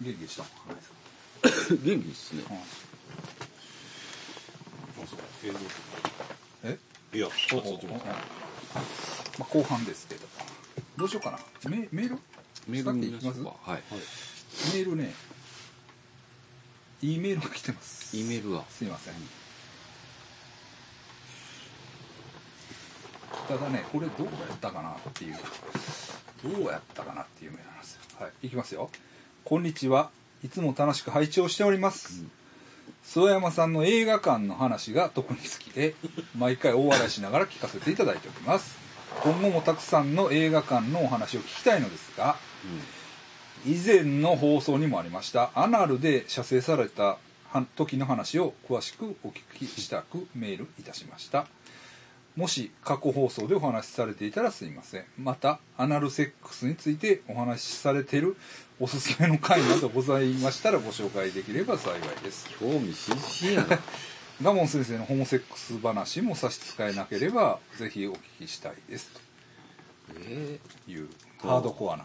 元気でしたはい元気ですね。映像とえかいやパーツとまかあ、後半ですけどどうしようかなメメールメール見使っまてしいょきうまか。はい。すメールね E メールが来てます E メールは。すいませんただねこれどうやったかなっていうどうやったかなっていうメールなんですよはいいきますよこんにちはいつも楽しく拝聴しております、諏訪山さんの映画館の話が特に好きで毎回大笑いしながら聞かせていただいております今後もたくさんの映画館のお話を聞きたいのですが以前の放送にもありましたアナルで射精されたは時の話を詳しくお聞きしたくメールいたしましたもし過去放送でお話しされていたらすいませんまたアナルセックスについてお話しされているおすすめの回などございましたらご紹介できれば幸いです興味津々やな。ガモン先生のホモセックス話も差し支えなければぜひお聞きしたいですえというハードコアな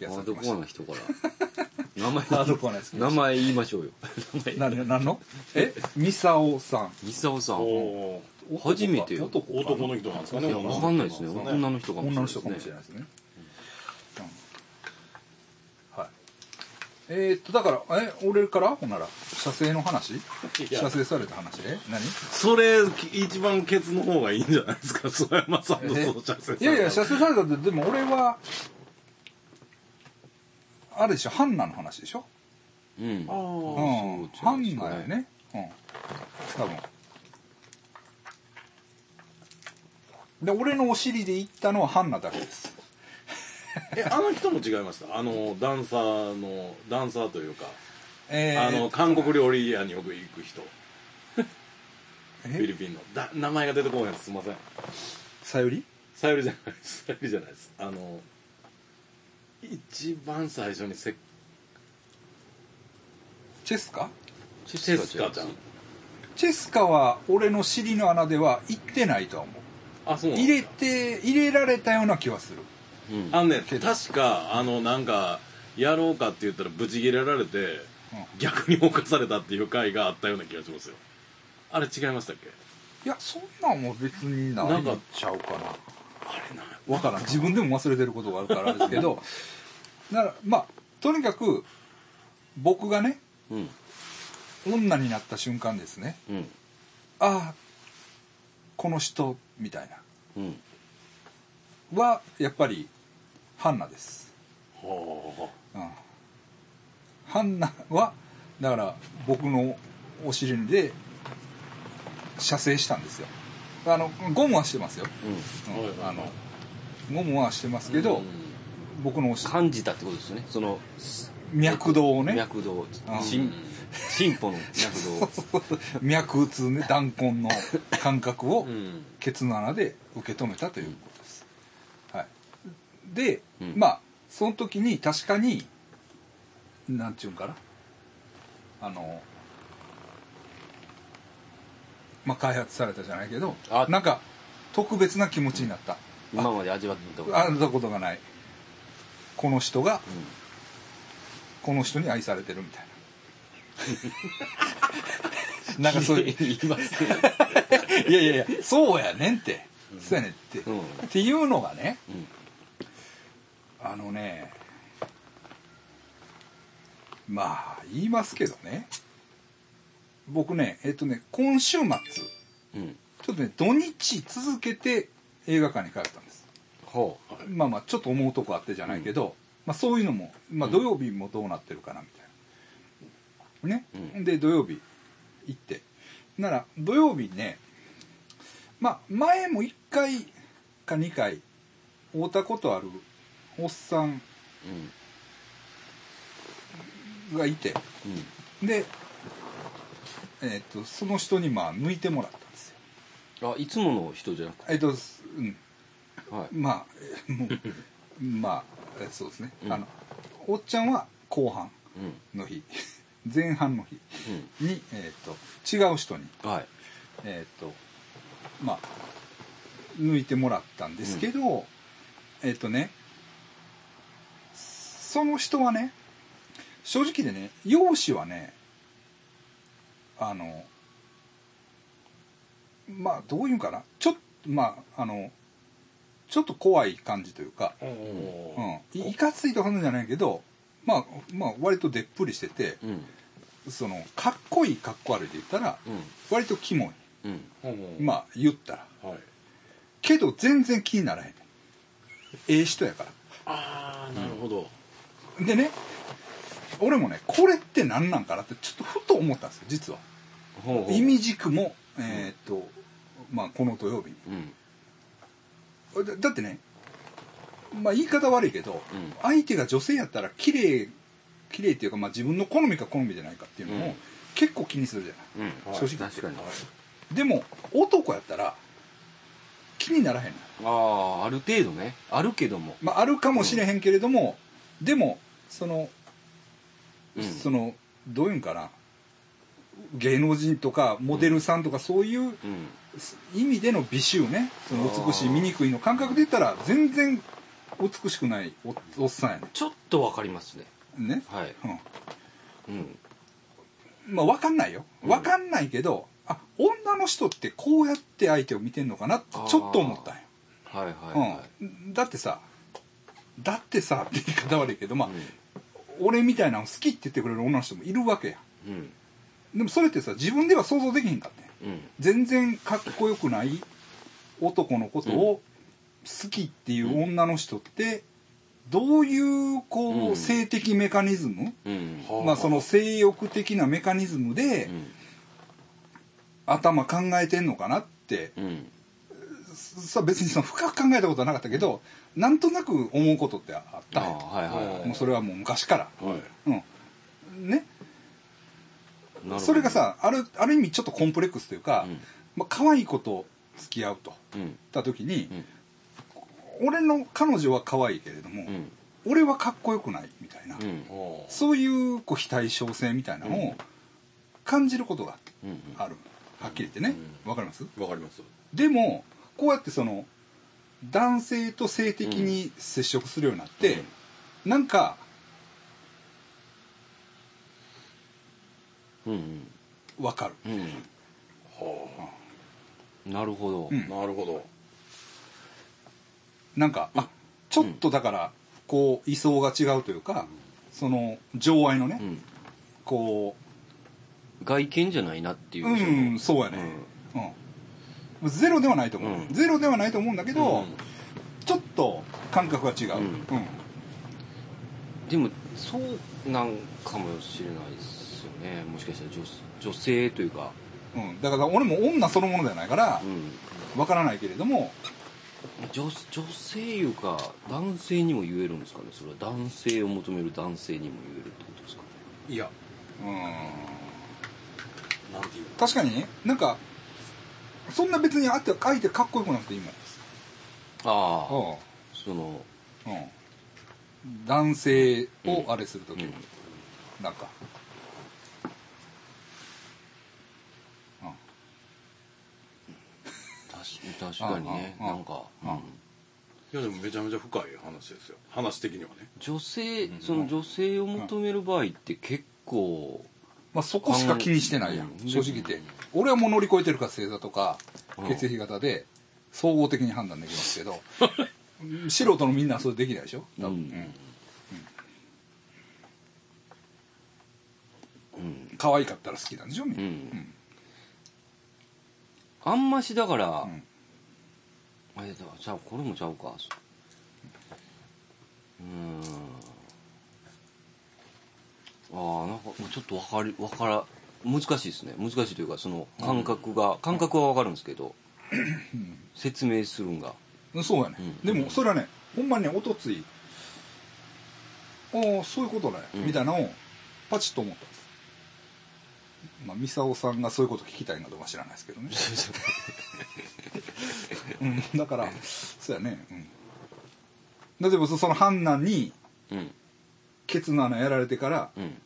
えやつハがー来ドまコアしな人から。名前。ハードコアなやつ来ま名した前言いましょうよ。名た前。何何のえミサオさんミサオさん。お初めてよ男か男の人なんですかいねやわかんないですね。女のの人かもしれ女なのいです人ね。かもしれないですね、うんはいえー、っとだからえ俺からほんなら射精の話や射精された話で何それ一番ケツの方がいいんじゃないですか曽山さんのそう射精えいやいや射精されたってでも俺はあれでしょハンナの話でしょうん。あうーんそハうですンねナやねうん多分で俺のお尻で行ったのはハンナだけですえあの人も違いましたあのダンサーのダンサーというかえーあの韓国料理屋によく行く人えフィリピンのだ名前が出てこないですすいませんさゆりさゆりじゃないですさゆりじゃないですあの一番最初にセッチェスカチチェスカちゃんチェスカは俺の尻の穴では行ってないとは思うあそうなん入れだて入れられたような気はするうん。あのねけど確かあのなんかやろうかって言ったらブチ切れられてうん逆に犯されたっていう回があったような気がしますよあれ違いましたっけいやそんなんも別になないんんかちゃうかなあれなわからん自分でも忘れてることがあるからですけど ならまあとにかく僕がねうん。女になった瞬間ですねうん。ああこの人みたいうん。なはやっぱりハンナですはあはうんハンナはだから僕のお尻で射精したんですよあのゴムはしてますよ、うん。うんはいはいはいあのゴムはしてますけあど、うん僕のお尻感じたってことですね。その、脈動をね脈動うん。進進歩の脈動を。 脈打つね弾痕の感覚を うんケツの穴で受け止めたということです、はい、で、うんまあその時に確かになんちゅうんかなあのまあ開発されたじゃないけどあなんか特別な気持ちになった今まで味わったこと。あんたことがないこの人がうんこの人に愛されてるみたいな なんかそういう 言いますね。いやいやいやそうやねんって、そうやねんって、うん。っうん。ていうのがねあのねまあ言いますけどね僕ねえっとね今週末ちうょん。っとね土日続けて映画館に帰ったんですほう。まあまあちょっと思うとこあってじゃないけど、まあそういうのも、まあ、土曜日もどうなってるかなみたいなね、うんで土曜日行ってなら土曜日ねまあ前も1回か2回会うたことあるおっさんうん。がいてうん。で、えー、とその人にまあ抜いてもらったんですよあ、いつもの人じゃなくえっ、と、すうん、て。はい。まあえも うまあえそうですね、うんあのおっちゃんは後半うん。の日 前半の日うに、えー、と違う人に、ん。はい。えー、とまあ抜いてもらったんですけど、えっ、とねその人はね正直でね容姿はねあのまあどういうんかなちょっとまああのちょっと怖い感じというか、うん、いいかついとかなんじゃないけど、まあ、まあ割とでっぷりしててうんうんそのかっこいいかっこ悪いで言ったら割とキモいうんまあ言ったらあはいけど全然気にならへんええ人やからああなるほどでね俺もねこれって何なんかなってちょっとふと思ったんですよ実はほうほう意味軸もえーっとまあこの土曜日うんにだだってねまあ言い方悪いけど、うん相手が女性やったら綺麗綺麗っていうか、まあ、自分の好みか好みじゃないかっていうのうもん結構気にするじゃない、うんはい正直確かにでも男やったら気にならへんのよああある程度ねあるけどもまあ、あるかもしれへんけれども、でもそのうんそのどういうんかな芸能人とかモデルさんとかそういううん意味での美醜ねその美しい醜いの感覚で言ったら全然美しくないおおっさんやねちょっとわかりますねね、はいうんうんまあ分かんないようん分かんないけど、あ女の人ってこうやって相手を見てんのかなってちょっと思ったんよ、はいはいはうん、だってさだってさって言い方悪いけどまあ、い俺みたいなの好きって言ってくれる女の人もいるわけやうんうんでもそれってさ自分では想像できへんかったんやうん全然かっこよくない男のことを好きっていう女の人ってどういうこううん性的メカニズム、うんはあまあ、その性欲的なメカニズムで頭考えてんのかなってうんうんさ別にその深く考えたことはなかったけどなんとなく思うことってあったんあやあはいはいはいもうそれはもう昔から、はいうん、ねなるほどそれがさあるある意味ちょっとコンプレックスというか、うんまあ可愛い子と付き合うとうんった時にう、ん俺の彼女は可愛いけれども、うん俺はかっこよくないみたいな、うんはあそういうこう非対称性みたいなのうをん感じることがうんあるはっきり言ってねわ、かりますわかりますでもこうやってその男性と性的に接触するようになって、なんかうんうんわかる、うんはなるほどうんあなるほどなんかあちょっとだからこう位相が違うというか、その情愛のね、うんこ外見じゃないなっていううううんそうやね、うん、ゼロではないと思う、うんゼロではないと思うんだけど、うんちょっと感覚が違う、ううんんでもそうなんかもしれないですよねもしかしたら女女性というかうんだから俺も女そのものではないからうんわからないけれども女女性いうか男性にも言えるんですかねそれは男性を求める男性にも言えるってことですかねいやうんなんていうの確かにねなんかそんな別にあって相手かっこよくなくていいもんですあああそのあ、うん、男性をあれするとうき、んなんか、うん確確かにねうんうんなうんんか、うんうんいやでもめちゃめちゃ深い話ですよ話的にはね女性うんその女性を求める場合って結構まあ、そこしか気にしてないやんうん正直言って俺はもう乗り越えてるから星座とかうん血液型で総合的に判断できますけ どうん素人のみんなはそれできないでしょ多分、ううんんうん、可愛かったら好きなんでしょみんうな、ん、あんましだから、んあれだちゃうこれもちゃうかうーんああなんかちょっとわかりわから難しいですね難しいというかその感覚が、感覚はわかるんですけ ど説明するんがうんそうやね、うんでもそれはねほんまにねおとついああそういうことね、うんみたいなのをパチッと思ったんですまあミサオさんがそういうこと聞きたいかどうか知らないですけ どね、うん、だからそうやねうん例えばそその判断にうんケツの穴やられてからうん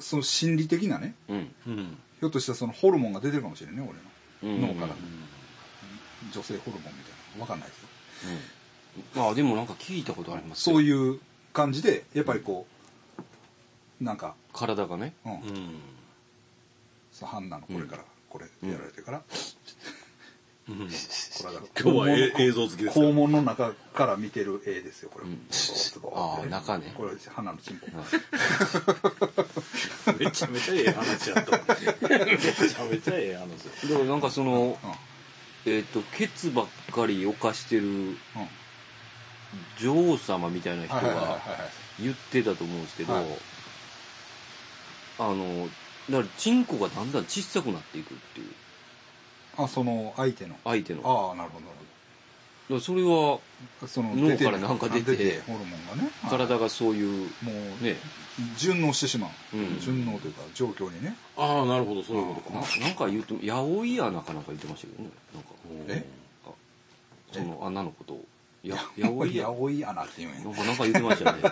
その心理的なねうんうんひょっとしたらそのホルモンが出てるかもしれんねう俺んの脳から女性ホルモンみたいなわかんないですようんああでもなんか聞いたことありますそうういう感じでやっぱりこうなんか、体がねうんうんそのハンナのこれから、これやられてから、うん体が今日はえ映像付きですから肛門の中から見てる絵ですよこれ、うんズボーあってあ中ねこれ花のチンポめちゃめちゃええ話やっためちゃめちゃええ話だからなんかそのうん、えっとケツばっかり犯してるうん女王様みたいな人はいはいはいはいが言ってたと思うんですけど、はいあのだからチンコがだんだん小さくなっていくっていうあその相手の相手のだかああなるほどなるらそれはほどその脳出てるからなんか出てホルモンがねはい体がそういうもう、ね順応してしまう、うん順応というか状況にねああなるほどそういうことかななんか言っても八百屋なかなんか言ってましたけどねなんかえあそのあ女のことをやや八百屋やおい穴っていうんやなんかなんか言ってましたねな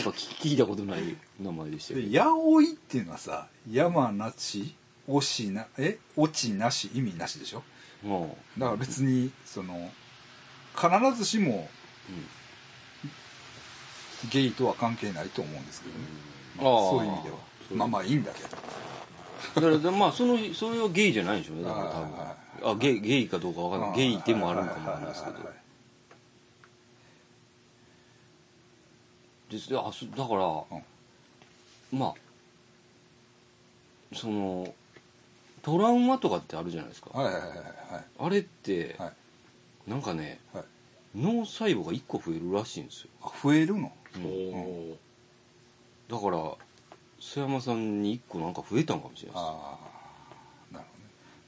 んか聞聞いたことない名前でしたよねでやおいっていうのはさ山なちおしなえ落ちなし意味なしでしょもだから別にその必ずしもう、うんゲイとは関係ないと思うんですけどね、まああーそういう意味ではそうまあまあいいんだけどだからでまあそのそれはゲイじゃないんでしょうねだからはい多分あゲイゲイかどうかわかんないゲイでもあるんかもはわいかんははないいでいすはけいどですであそだから、まあそのトラウマとかってあるじゃないですか、はいはいはいはいはいあれって、はいなんかねはい脳細胞が1個増えるらしいんですよあ増えるのおおだから須山さんに1個なんか増えたんかもしれないでああなる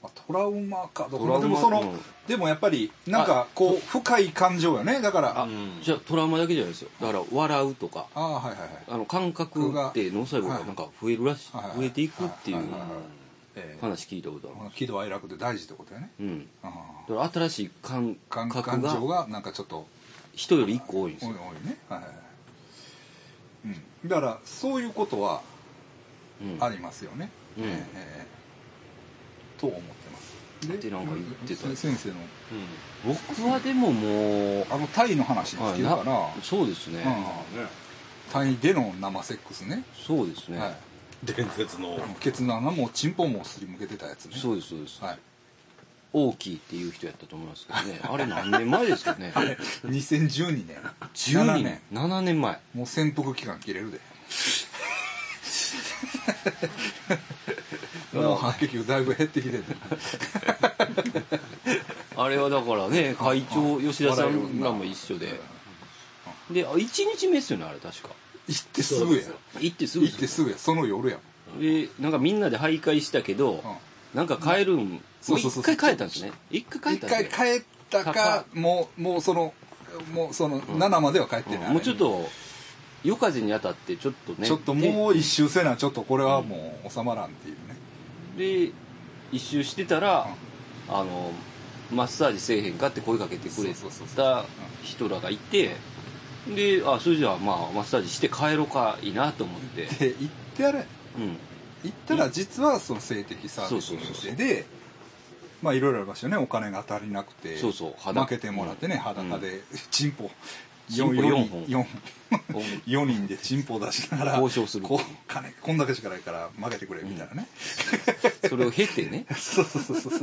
ほどね、まあ、トラウマかどうトラかウでマもその、うんでもやっぱりなんかこう深い感情よねだからあうんすじゃあトラウマだけじゃないですよだから笑うとかあーはいはいはいあの感覚って脳細胞がなんか増えるらし、はいはい増えていくっていうはいはいはいええ話聞いたことある、この喜怒哀楽って大事ってことだよね、うん、うん、だから新しい感感覚感情ががなんかちょっと人より1個多いんです多いよ、多いねはいはいはい、うん、だからそういうことはうんありますよね、うんええと思ってますってなんか言ってた先生のう僕はでももうあのタイの話につけるかあらなそうですね、うんんねタイでの生セックスねそうですね、はい伝説のケツの穴もチンポもすり向けてたやつねそうですそうです、はい 大きいっていう人やったと思いますけどねあれ何年前で すかね2012年12 7年7年前もう潜伏期間切れ るで もう白血球だいぶ減ってきてるあれはだからね会長吉田さ笑えるんならも一緒でであ1日目っすよねあれ確か行ってすぐや行ってすぐ行ってすぐやその夜やでなんかみんなで徘徊したけど、なんか帰るん、もそううそうそう一回帰ったんですね一回一帰ったん回で帰ったかもうもうそのもうその7までは帰ってない、うんもうちょっと夜風に当たってちょっとねちょっともう一周せなちょっとこれはもう収まらんっていうね、でで一周してたら、あのマッサージせえへんかって声かけてくれそうそうそうた人らがいてであそれじゃあまあマッサージして帰ろうかいいなと思って、で行ってやれ うん、行ったら実はその性的サービスのそうそうそうそ店うでまあいろいろありましたよねお金が足りなくてそうそう裸負けてもらってねうん裸でチンポチンポ4四本人4人でチンポ出しながら交渉するこ金こんだけしかないから負けてくれみたいなね、それを経てねそうそうそうそう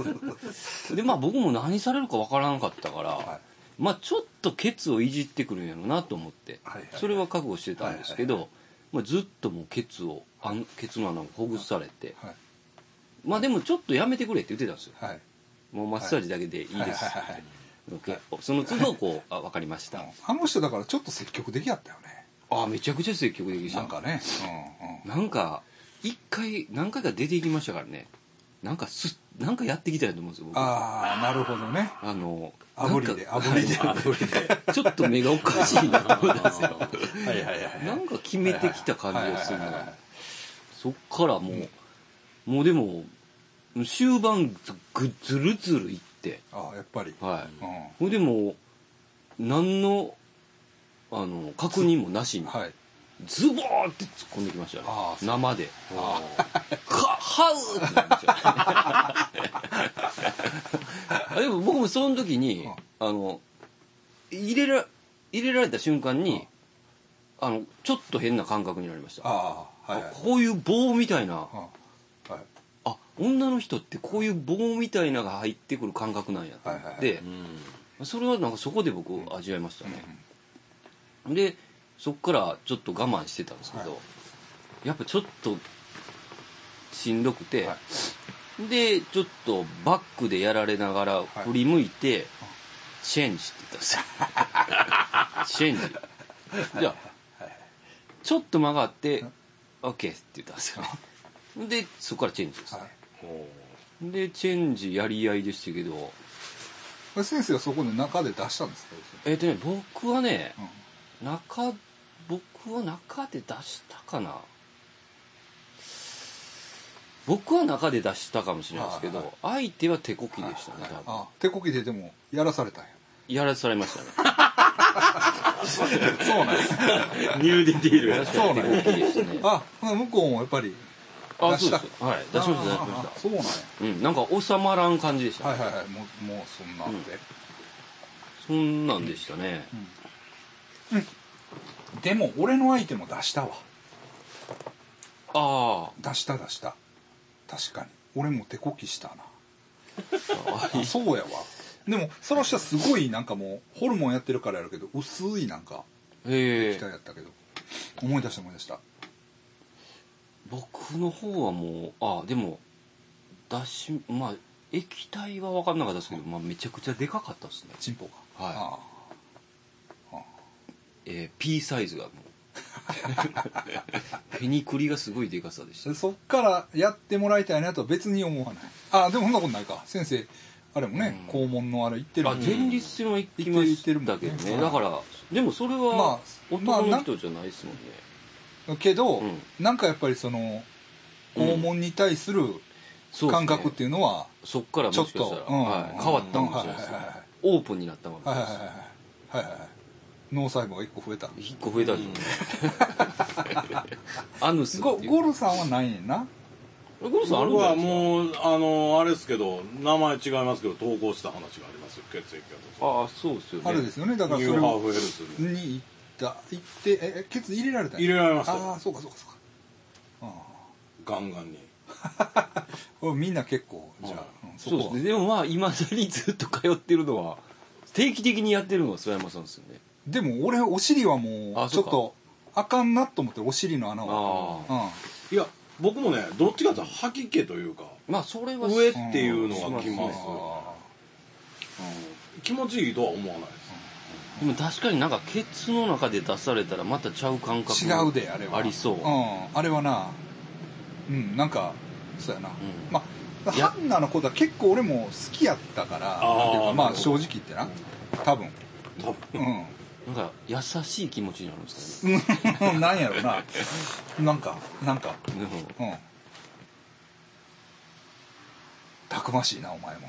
そうでまあ僕も何されるかわからんかったから、はまあちょっとケツをいじってくるんやろなと思って、はいはいそれは覚悟してたんですけど、まあ、ずっともうケツをあんケツの穴をほぐされて、いまあでもちょっとやめてくれって言ってたんですよはいもうマッサージだけでいいです、はいはいはいはいけその都度こう「あ分かりましたあの人だからちょっと積極的やったよね」あめちゃくちゃ積極的でしなたんかねうんうんなんか一回何回か出ていきましたからねなんかすなんかやってきたやと思うんですよ僕ああなるほどねあの炙りでなんか炙りではいちょっと目がおかしいなと 思ったんですよはいはいはいなんか決めてきた感じがするはいはいはいはないそっからもう、もうでも終盤ずぐずるずるいってああやっぱり、はいうんほれでもう何のあの確認もなしに、はいズボーって突っ込んできましたねああそう生でおー「かはう!」ってなりま したねあでも僕もその時にうんあの入れら入れられた瞬間に、あの、ちょっと変な感覚になりました。ああはいはいあこういう棒みたいな、ああはいあ、女の人ってこういう棒みたいなが入ってくる感覚なんやと思って、はいはいそれはなんかそこで僕味わいましたね。で、そっからちょっと我慢してたんですけど、はやっぱちょっとしんどくて、はで、ちょっとバックでやられながら振り向いて、チェンジって言ったんですよ。 チェンジ。じゃあ、ちょっと曲がって、OK って言ったん ですよ。で、そこからチェンジです、はいで、チェンジやり合いでしたけど、これ先生はそこで中で出したんですか、えっ、とね、僕はね、うん、中、僕は中で出したかな。僕は中で出したかもしれないですけど、はい相手は手こきでしたね、多分。あ手こきででもやらされたんややらされましたね。そうなんですニューディティールや確かに手こきでしたね。あほな向こうもやっぱりあ、出そしたうですよ。はい。出しあました、出しまあしそうなんやた。うん、なんか収まらん感じでした、はねいはいはいもうもうそんなんで、そんなんでしたね。でも俺の相手も出したわあ出した出した確かに俺も手こきした なあ。あそうやわでもその人はすごいなんかもうホルモンやってるからやるけど薄いなんかええ液体やったけど思い出した思い出した僕の方はもう、ああ、でも、だし、まあ、液体は分かんなかったですけど、まあ、めちゃくちゃでかかったですね。チンポがはいあえー、P サイ ズがもう。ペニクリがすごいでかさでしあた。そっからやってもらいたいなとは別に思わないあでもそんなことないか先生あれもね、うん肛門のあれ行ってるあ、前立腺は行きましたけど行ってる行ってるもんね。ねだから、でもそれまあは、まあ男の人じゃないですもんね。けど、うんなんかやっぱりその肛門に対するそうです感ね覚っていうのは、そっからもちょっしかと、したら、うんはい、変わったかもしれないですねはいはいはいはいオープンになったかもしれはいないはですいはいはいはいはい脳細胞が一個増えた一個増えたじゃん。アヌスってゴいう。ゴルさんはないねんなえゴルさんあるん僕じゃなはいですかもうあのあれですけど名前違いますけど投稿した話がありますよ血液型ああそうですよねあるですよねだからニそュれーハーをフヘルスにに行った行ってええケツ入れられたん入やれられましたあよあそうかそうかそうかあガンガンにあこれみんな結構じゃあは、うんそそうこではすねでもまあいまだにずっと通ってるのは定期的にやってるのは諏訪山さんですよねでも俺お尻はもうあちょっそうかとあかんなと思ってお尻の穴はあいや僕もねどっちかっていうと吐き気というかまあそれは上っていうのがきうん、ますあうん気持ちいいとは思わないですでも確かになんかケツの中で出されたらまたちゃう感覚違うであれはありそう、あうんあれはなうんなんかそうやな、まあいやハンナのことは結構俺も好きやったからあーなんていうかまなあるほ正直言ってな多分多分なんか優しい気持ちになるんですうん なんやろななんかなんかかねでもうんたくましいなお前も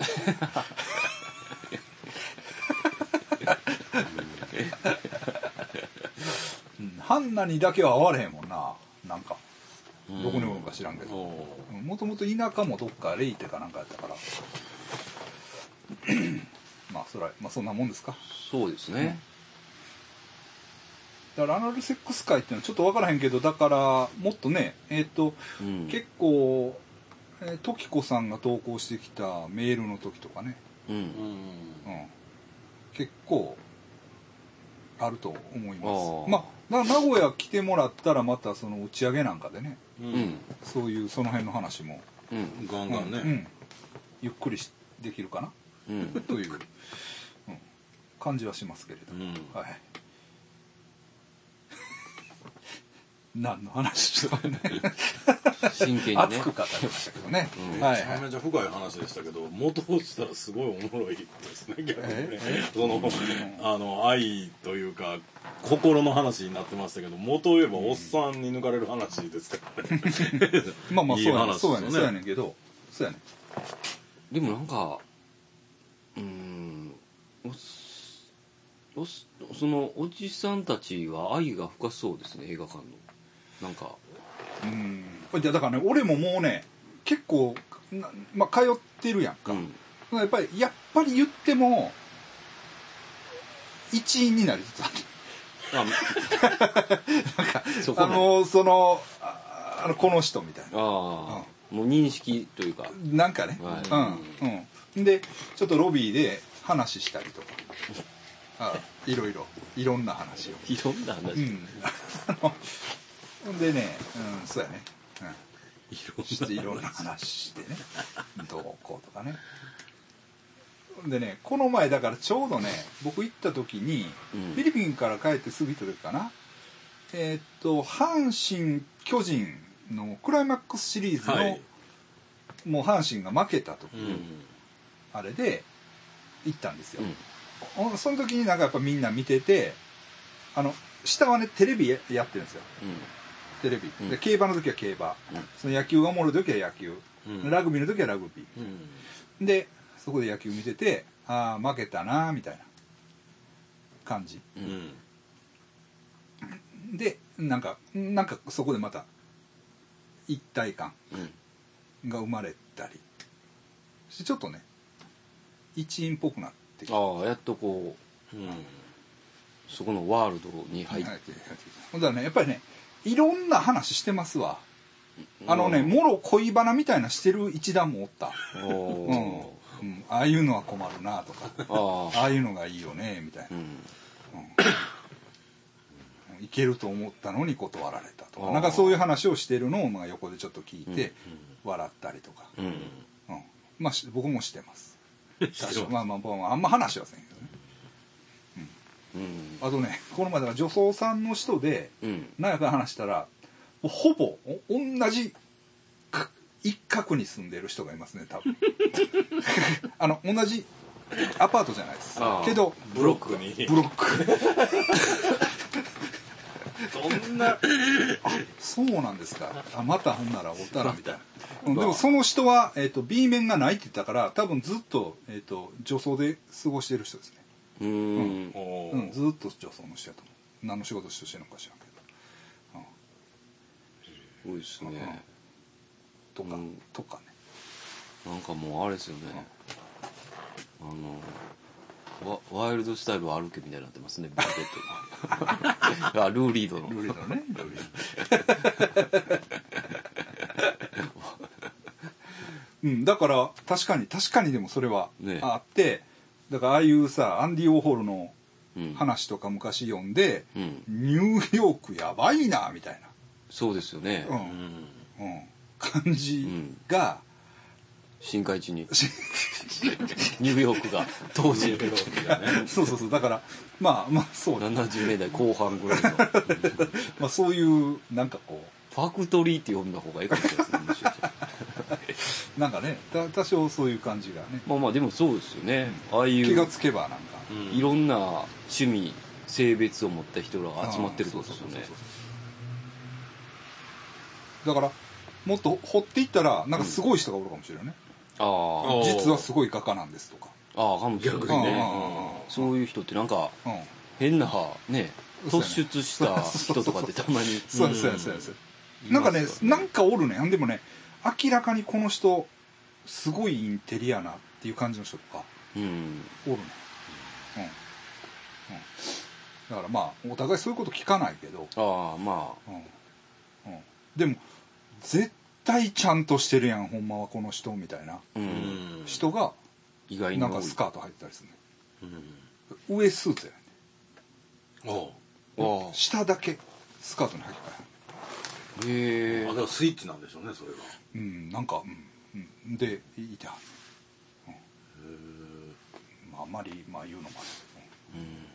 うんハンナにだけは会われへんもんななんかどこにおるか知らんけど、うんもともと田舎もどっかレイテかなんかやったからまあそらまあそんなもんですかそうですね、だからアナルセックス界っていうのはちょっと分からへんけどだからもっとねえっ、とうん結構、えー、時子さんが投稿してきたメールの時とかね、ううんうんん、結構あると思いあますまーあだから名古屋来てもらったらまたその打ち上げなんかでねううんんそういうその辺の話も、うんガンガンうねんゆっくりしできるか なうんという、うん、感じはしますけれど、うんはい。 何の話だね。真剣にね熱く語りましたけどね。うんはいめちゃはい。めちゃ深い話でしたけど元をしたらすごいおもろいですね逆にねえそのあの愛というか心の話になってましたけど元を言えばおっさんに抜かれる話ですからね まあまあいそいうやね話そうやねですそうやよねねんけど、そうやね。でもなんかうーんおすおすそのおじさんたちは愛が深そうですね映画館のなんかうん。じゃあだからね、俺ももうね、結構なまあ通ってるやんか。うんやっぱりやっぱり言っても一員になりつつある。 あそこあねのそのああのこの人みたいなああもう認識というかなんかね、はうんうんでちょっとロビーで話したりと かあいろいろいろんな話をいろんな話、ういん あのほんでねうんそうやね、ろうん、していろんな話してねどうこうとかねほんでねこの前だからちょうどね僕行った時に、うんフィリピンから帰ってすぐ行った時かなえーっと阪神巨人のクライマックスシリーズの、はいもう阪神が負けた時、うんあれで行ったんですよ、うんほんその時になんかやっぱみんな見ててあの下はねテレビややってるんですよテレビ、うんで競馬の時は競馬、うんその野球がおもろい時は野球、うんラグビーの時はラグビうーんでそこで野球見ててああ負けたなーみたいな感じううんんでなんかなんかそこでまた一体感うんが生まれたりしてちょっとね一員っぽくなってきてああやっとこうんうそこのワールドに入入っ、っててきたほんだらねやっぱりねいろんな話してますわあのねうんもろ恋バナみたいなしてる一団もおったおうーん、うん、ああいうのは困るなとかああああいうのがいいよねみたいうんな、いけると思ったのに断られたとあかーなんかそういう話をしてるのをまあ横でちょっと聞いて笑ったりとか、うんうんまあし僕もしてますしてますまあまあまあまああんま話はせんけどねうんあとねこの前だから女装さんの人でうん何やかんや話したらもうほぼお同じか一角に住んでる人がいますね多分あの同じアパートじゃないですあーけどブロックにブロックそん なそうなんですかあまたほんならおったらみ たいなうんでもその人は、えー、と B 面がないって言ったから多分ずっと,、えー、と女装で過ごしてる人ですね、うんうんおうん、ーずっと女装の人やと思う何の仕事してるのか知らんけど多いですねとか、うんとかねなんかもうあれですよねあのワワイルドスタイルを歩けみたいになってますねブラケットがあルーリードのルールだ ねルール うん、だから確かに確かにでもそれはねあって、だからああいうさアンディ・ウォーホルのうん話とか昔読んで、うんニューヨークやばいなみたいそうですよねな、ううんんうん、感じが、深海地にニューヨークが 当時そうそうそうだからまあまあそうだ、 70年代後半ぐらいのまあ、そういうなんかこファクトリーって呼んだ方がいいかもしれないですねむしろうなんかねた多少そういう感じがねまあまあでもそうですよねああい気がうつけばなんかいろんな趣味性別を持った人が集まってるってそこうとですよそうねそうそうだからもっと掘っていったらなんかすごい人がおるかもしれないね、あうんおー実はすごい画家なんですとかあああかもしれない逆にねねそういう人ってなんかうんうんうん変なねそう突やね出した人とかってたまに そうやうんそうやそうやそうやいなんまかすよねなんかおるねでもね明らかにこの人すごいインテリアなっていう感じの人とかうんおるねうん、うん、だからまあお互いそういうこと聞かないけどああまうんうんでも絶対ちゃんとしてるやんほんまはこの人みたいなあううんん人が意外になんか多いスカート履いてたりするねうん上スーツやねおうああ下だけスカートに履き替へえあだからスイッチなんでしょうねそれがえうんなんかうん、うん、でいてはる、まあ、あんまり、まあ、言うのもあるけど、うん、だか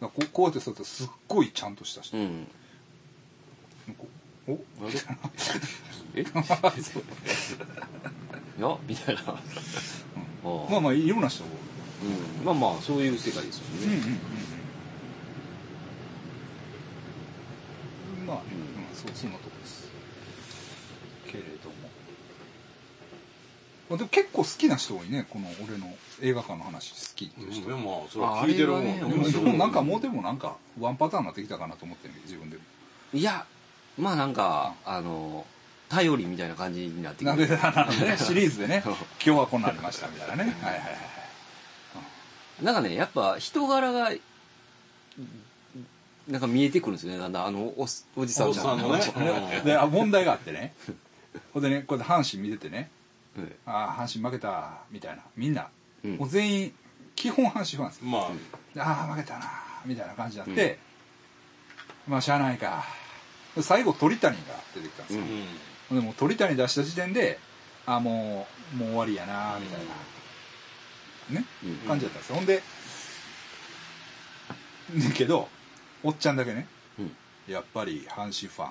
らこうこうやってそうやってすっごいちゃんとした人、うんこうおあれ えいやみたいなああまあまあいろんな人がうんまあまあそういう世界ですようんうんねうんまあ、うん、そうそんなとこですけれども、まあ、でも結構好きな人多いねこの俺の映画館の話好きっていう人、でもまあそれは聞いてるもんねあれはでねも面で白いもなんかもうでもなんかワンパターンになってきたかなと思ってる自分でもいやまあなんかあの頼りみたいな感じになってくなんでるだなのねシリーズでねそう今日はこんなんありましたみたいなねはいはいはいなんかねやっぱ人柄がなんか見えてくるんですよねだんだんあのおおじさんおっさんのねでであ問題があってねほんでねこうやって阪神見ててねうんああ阪神負けたみたいなみんな、うんもう全員基本阪神ファンですまあでああ負けたなみたいな感じになって、まあしゃあないかで最後鳥谷が出てきたんですよ、うんでもう鳥谷出した時点でああもうもう終わりやなみたいな、ね、うん感じだったんですよほんでだけどおっちゃんだけねうんやっぱり阪神ファン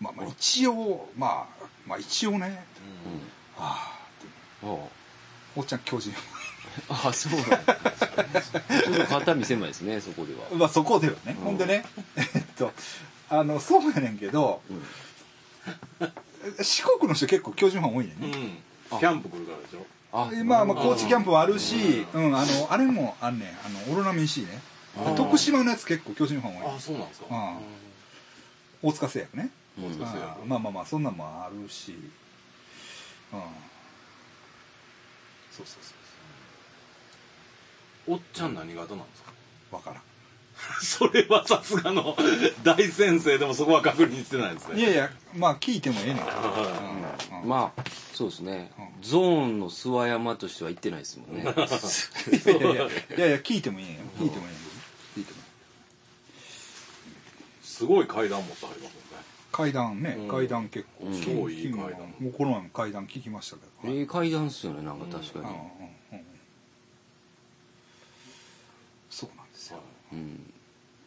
まあまあ一応まあまあ一応ねああってあおっちゃん巨人 ああそうなんですねちょっと肩身狭いですねそこでは まあそこではね、うんほんでね えっとあのそうやねんけどうん四国の人結構巨人ファン多いねんうね、んキャンプ来るからでしょあまあまあなるほど高知キャンプもあるし、ううんあのあれもあんねんあのオロナミン C ねあー徳島のやつ結構巨人ファン多あいそうなんですかうん大塚製薬ねうん大塚製薬あーまあまあまあそんなんもあるしうんそうそうそうおっちゃん何型なんですか 分からんそれはさすがの 大先生でもそこは確認してないですねいやいやまあ聞いてもええねん けどはうんうんまあそうですね、うんゾーンの諏訪山としては行ってないですもんねいやいやいやいやいや聞いてもいいねんよ聞いてもいいねんよ聞いてもいいいすごい階段持ってはります階段ね、うん階段結構、うん金すごいいい金階段もうこの前も階段聞きましたけど、ええ階段っすよねなんか確うんかうんに、うんそうなんですもよんねはいうん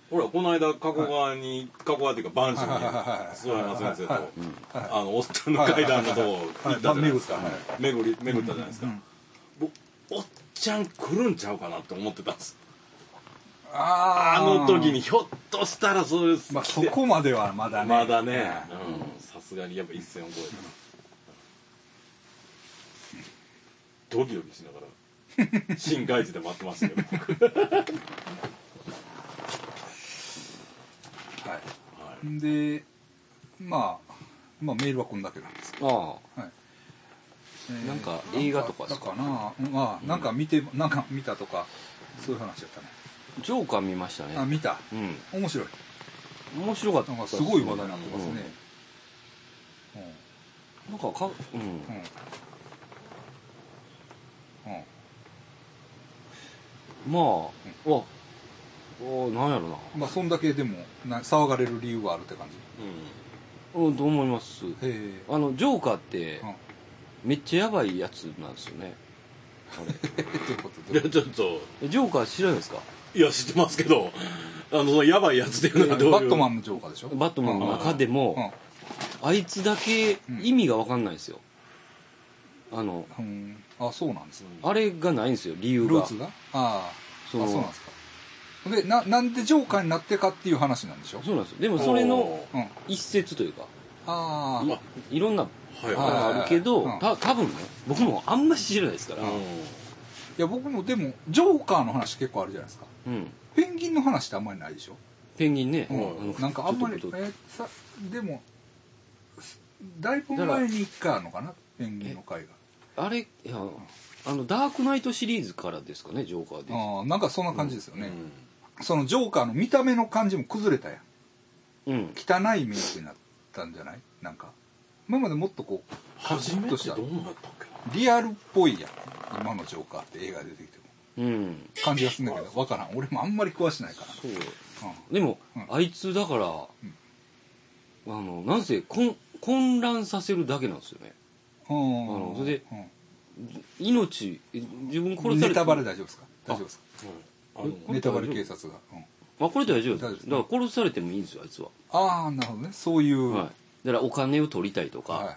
ほらこの間加古川に加古川っていうか番所にはいはいはいはい諏訪山先生とうんはあのおっちゃんの階段のとこ行ったじゃないですかはいはい巡り巡ったじゃないですい、うかん僕おっちゃん来るんちゃうかなって思ってたんですああーの時にひょっとしたらそうですまあそこまではまだねまだねうんさすがにやっぱ一線を超えてドキドキしながら新海地で待ってましたけど僕ははいいでまあまあメールはこんだけなんですけあど、はいえーなんか映画とかなんだかなうんまあなんか見て、なんか見たとかそういう話だったねあジョーカー見ましたねあ見たうん面白い面白かったなんかっすねごい話題になってますね、うんうんなんかかうん、うんうんまあ、わおなんやろなまあそんだけでもな騒がれる理由があるって感じうんと思いますへえあのジョーカーってうんめっちゃやばいやつなんですよねどういうこといどういやうこちょっとえジョーカー知らないですかいや知ってますけどあのそのやばいやつっていうのはとどうバいうットマンのジョーカーでしょバットマンの中でも、うあいつだけ意味が分かんないんですよ、あのん、うん、あそうなんですねあれがないんですよ理由ルがーツがあそあのあそうなんですかでななんでジョーカーになってかっていう話なんでしょそうなんですよでもそれのうんあ一節というかあーいいろんなはいあはあるけど、うんた多分ね僕もあんま知らないですかいら、ううんんいや僕もでもジョーカーの話結構あるじゃないですかペンギンの話ってあんまりないでしょ、ペンギンね、うんあのなんかあんまりえちょっとーさでもすだいぶ前に一回あるのかなペンギンの回があれいやあのダークナイトシリーズからですかねジョーカーで、ああなんかそんな感じですようね、んそのジョーカーの見た目の感じも崩れたやんうん、汚いメイクになったんじゃないなんか今までもっとこ初めてどうなったっけうリアルっぽいやん今のジョーカーって映画で出てきてもうん、感じがするんだけどわからん俺もあんまり詳しないからそううんでも、うんあいつだから、あのなんせ混混乱させるだけなんですよねうんあのそれでうん命え自分殺されネタバレ大丈夫ですか大丈夫ですかなあのえネタバレ警察が、うんあこれ大丈夫大丈夫ですだから殺されてもいいんですよあいつは、ああなるほどねそういう、はい、だからお金を取りたいとか、はい、は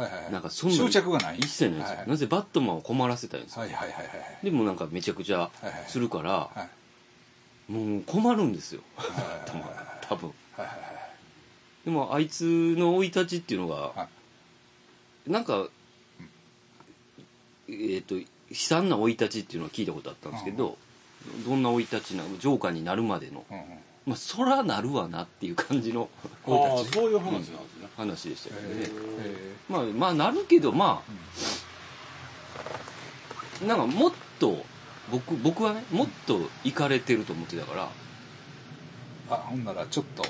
いはいはいなんかそんな執着がない一切ないんですよ、はいなぜバットマンを困らせたいんですよ、はいはいはいはいでもなんかめちゃくちゃいはいするから、はいもう困るんですよはいはいはい多分はいはいはいでもあいつの生い立ちっていうのが、はなんかえっ、と悲惨な生い立ちっていうのは聞いたことあったんですけど、どんな生い立ちなのジョーカーになるまでのうんうんまあそらなるわなっていう感じのああそういう話なんですね話でしたよね、えまあまあなるけどまあ、なんかもっとー僕僕はねもっと行かれてると思ってたからあ ほんならちょっと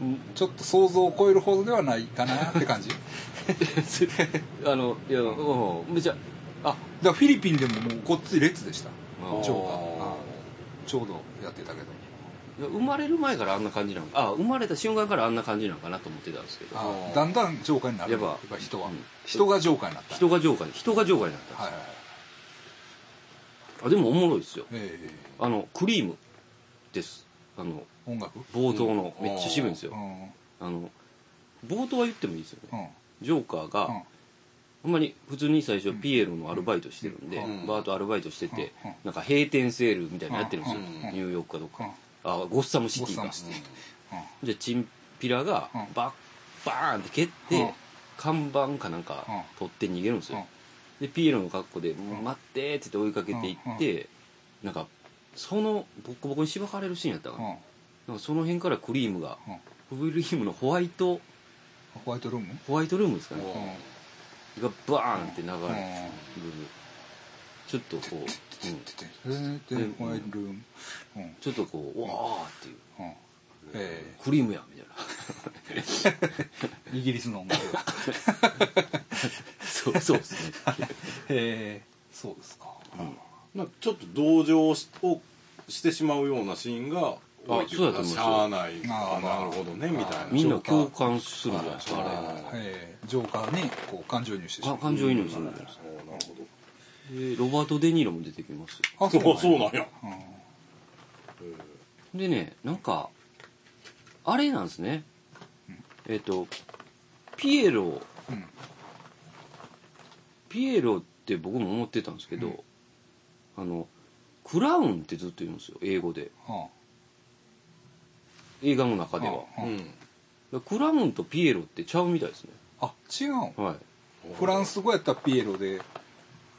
うんちょっと想像を超えるほどではないかなって 感じだかあのいやうんめちゃあらフィリピンでももうごっつい列でしたあちょうーどちょうどやってたけどいや生まれる前からあんな感じなのかあ生まれた瞬間からあんな感じなのかなと思ってたんですけどあだんだん浄化になるやっぱ人は、うん人が浄化になった人が浄化に人が浄化になったんですはいはいはいあでもおもろいですよええあのクリームですあの音楽冒頭の、うんめっちゃ渋いんですうよんうんあの冒頭は言ってもいいですよねうジョーカーが、んほんまに普通に最初ピエロのアルバイトしてるんで、うんバーとアルバイトしてて、うんなんか閉店セールみたいなのやってるんですよ、うんニューヨークかどっか、うんあゴッサムシティゴッサかムシじゃチンピラがうんバッバーンって蹴って、うん看板かなんかうん取って逃げるんですよ、うんでピエロの格好で「もう待って」って言って追いかけていって、なんかそのボッコボコにしばかれるシーンやったかうら、んうんなんかその辺からクリームが、うクリームのホワイトんホワイトルームホワイトルームですかね、うんがバーンって流れる、うんちょっとこう、うんええでホワイトルームうんちょっとこう「わー」っていううんえ「クリームや」みたいなえイギリスの音楽 そうそうです ねええそうですかなんかちょっと同情をしをしてしまうようなシーンが多いというあそうだと思いかますしゃあないああーなるほどねみたいなみんな共感するんじゃないですかあれあええジョーカーにこう感情移入してしまかう感情移入するんじゃないですかそうなるほどでロバート・デ・ニーロも出てきますよあ そうそうなんやなんやうんでねなんかあれなんですねえっ、とピエロうんピエロって僕も思ってたんですけど、あのクラウンってずっと言うんですよ英語では映画の中では、あうんだからクラウンとピエロってちゃうみたいですねああ違うんはいフランス語やったらピエロで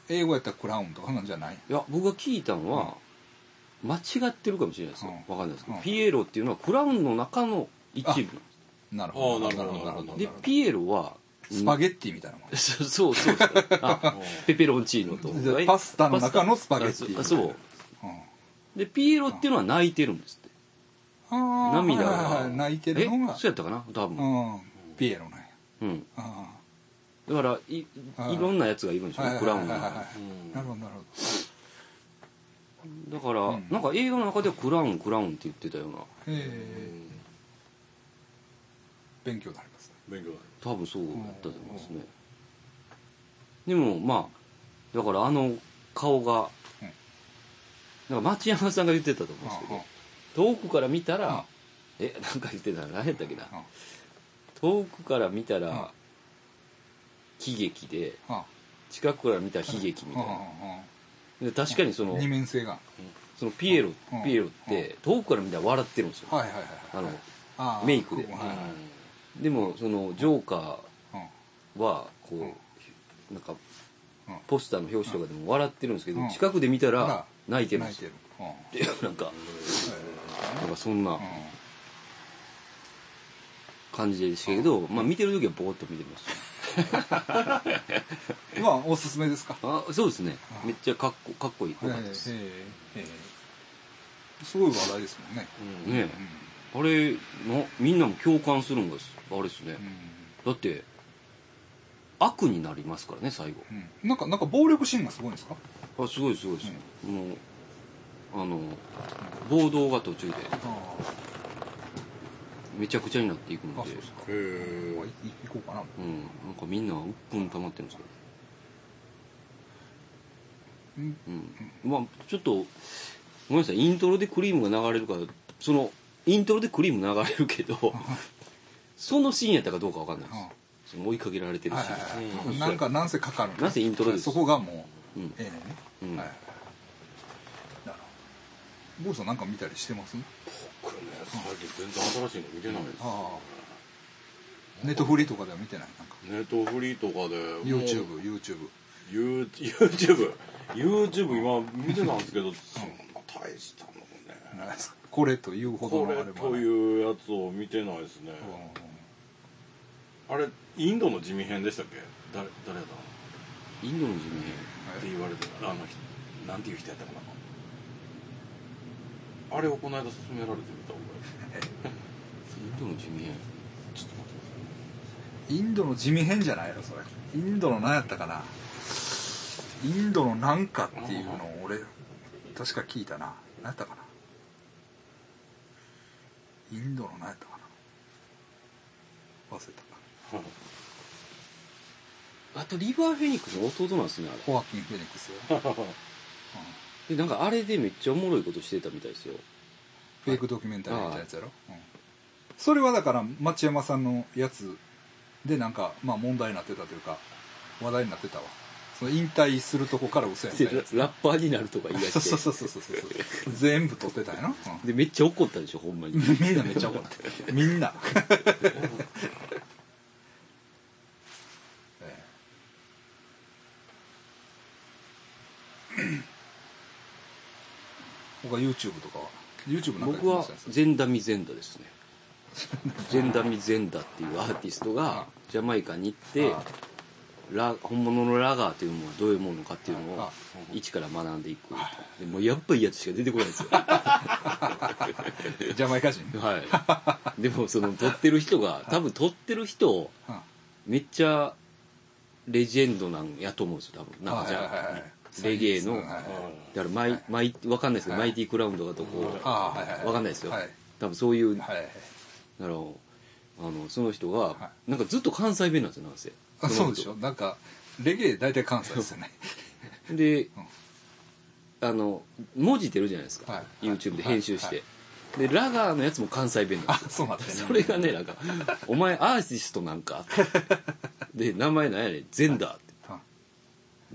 英語やったらクラウンとかなんじゃないいや僕が聞いたのは、間違ってるかもしれないですよ、うわかんないですけど、うんピエロっていうのはクラウンの中の一部ななんでるほどああなるほどなるほどすでピエロは スパゲッティみたいなもんそうそうそうそうあペペロンチーノとでパスタの中のスパゲッティあそうあそうんうでピエロっていうのは泣いてるんですってあー涙が、はいはいはい泣いてるのえがそうやったかな多分うんピエロなんやうんあだからいいはいろんなやつがいるんでしあょうはいねはいクラウンはがいはいだはういんなるほどなるほから、うんなんか映画の中ではクラウンクラウンって言ってたようなどへうえん勉強になりますね勉強だね多分そうだったと思いますね、でもまあだからあの顔が、うんなんか町山さんが言ってたと思うんですけど、遠くから見たら、うんえなんか言ってたの何やったっけな、うん遠くから見たら、うん喜劇でああ近くから見たら悲劇みたいな、で確かにその,、二面性がそのピエロ、うんピエロって遠くから見たら笑ってるんですよ、はいはいはいあのあーメイクではいはいでもそのジョーカうんーはこう、うんなんうかんポスターの表紙とかでも笑ってるんですけど、うん近くで見たほらら泣いてるん泣でいすてよるうんへでなんかなんかそんなえうん感じでしたけど、まあ見てる時はボーっと見てましたまあおすすめですかあそうですねうんめっちゃかっこかっこいいよかったです、ええええすごい話題ですもんねうんねあれのみんなも共感するんですあれですね、うだって悪になりますからね最後んうんなんかなんか暴力シーンがすごいんですかあすごいすごいです、もうあの暴動が途中でああめちゃくちゃになっていくんであそうですかへえ行こうかなうん、なんかみんな鬱憤溜まってるんですけうんど、うん、まあちょっとごめんなさいイントロでクリームが流れるからそのイントロでクリーム流れる けどそのシーンやったかどうかわかんないでうんすその追いかけられてるシはいーン、はいはいうんなんかなんせかかるなんせイントロですそこがもう、うんええうんね、はいはいはいなるほど坊主さんなんか見たりしてますこれね最近全然新しいの見てないですああネットフリとかでは見てないなんかネットフリーとかで YouTubeYouTube You- YouTube YouTube 今見てたんですけどそんな大したのねこれというほどこのあれれもというやつを見てないですねあれインドの地味編でしたっけ誰誰だっインドの地味て言われてるあの人なんていう人やったかなあれをこの間勧められてみた覚インドの地味やんえちょっと待ってインドの地味変じゃないのそれインドの何やったかなインドのなんかっていうのを俺確か聞いたな何やったかなインドの何やったかな忘れたくださいあとリバーフェニックスの弟なんですねあれホアキン・フェニック スよ、うんでなんかあれでめっちゃおもろいことしてたみたいですよフェイクドキュメンタリーみたいなやつやろ、うん、それはだから町山さんのやつでなんかまあ問題になってたというか話題になってたわその引退するとこから嘘やった でやつラッパーになるとか言い出そうそうしてそうそうそうそう全部撮ってたんやろ、うんでめっちゃ怒ったでしょほん まにみんなめっちゃ怒ってみんなええ他 YouTube とかは YouTube なんか僕はですゼンダミゼンダですねゼンダミゼンダっていうアーティストがジャマイカに行ってあラ本物のラガーというものはどういうものかっていうのをあ一から学んでいくでもうやっぱいいやつしか出てこない んですよジャマイカ人はいでもその撮ってる人が多分撮ってる人うんめっちゃレジェンドなんやと思うんですよ多分なんかじはいはいはいはいゃあレゲエのはいだはいはいからマイマイわかんないですけどマイティクラウンドがとこうああはいはいはいわかんないですよはい多分そういうはいはいだからあのその人がはなんかずっと関西弁なんですよなんせあの人そうでしょなんかレゲエ大体関西ですよねであの文字出るじゃないですか、はい YouTube で編集して、はでラガーのやつも関西弁なんあですよそうなんだねそれがねなんか「 お前アーティストなんか」で名前なんやねん「ゼンダー」ってうん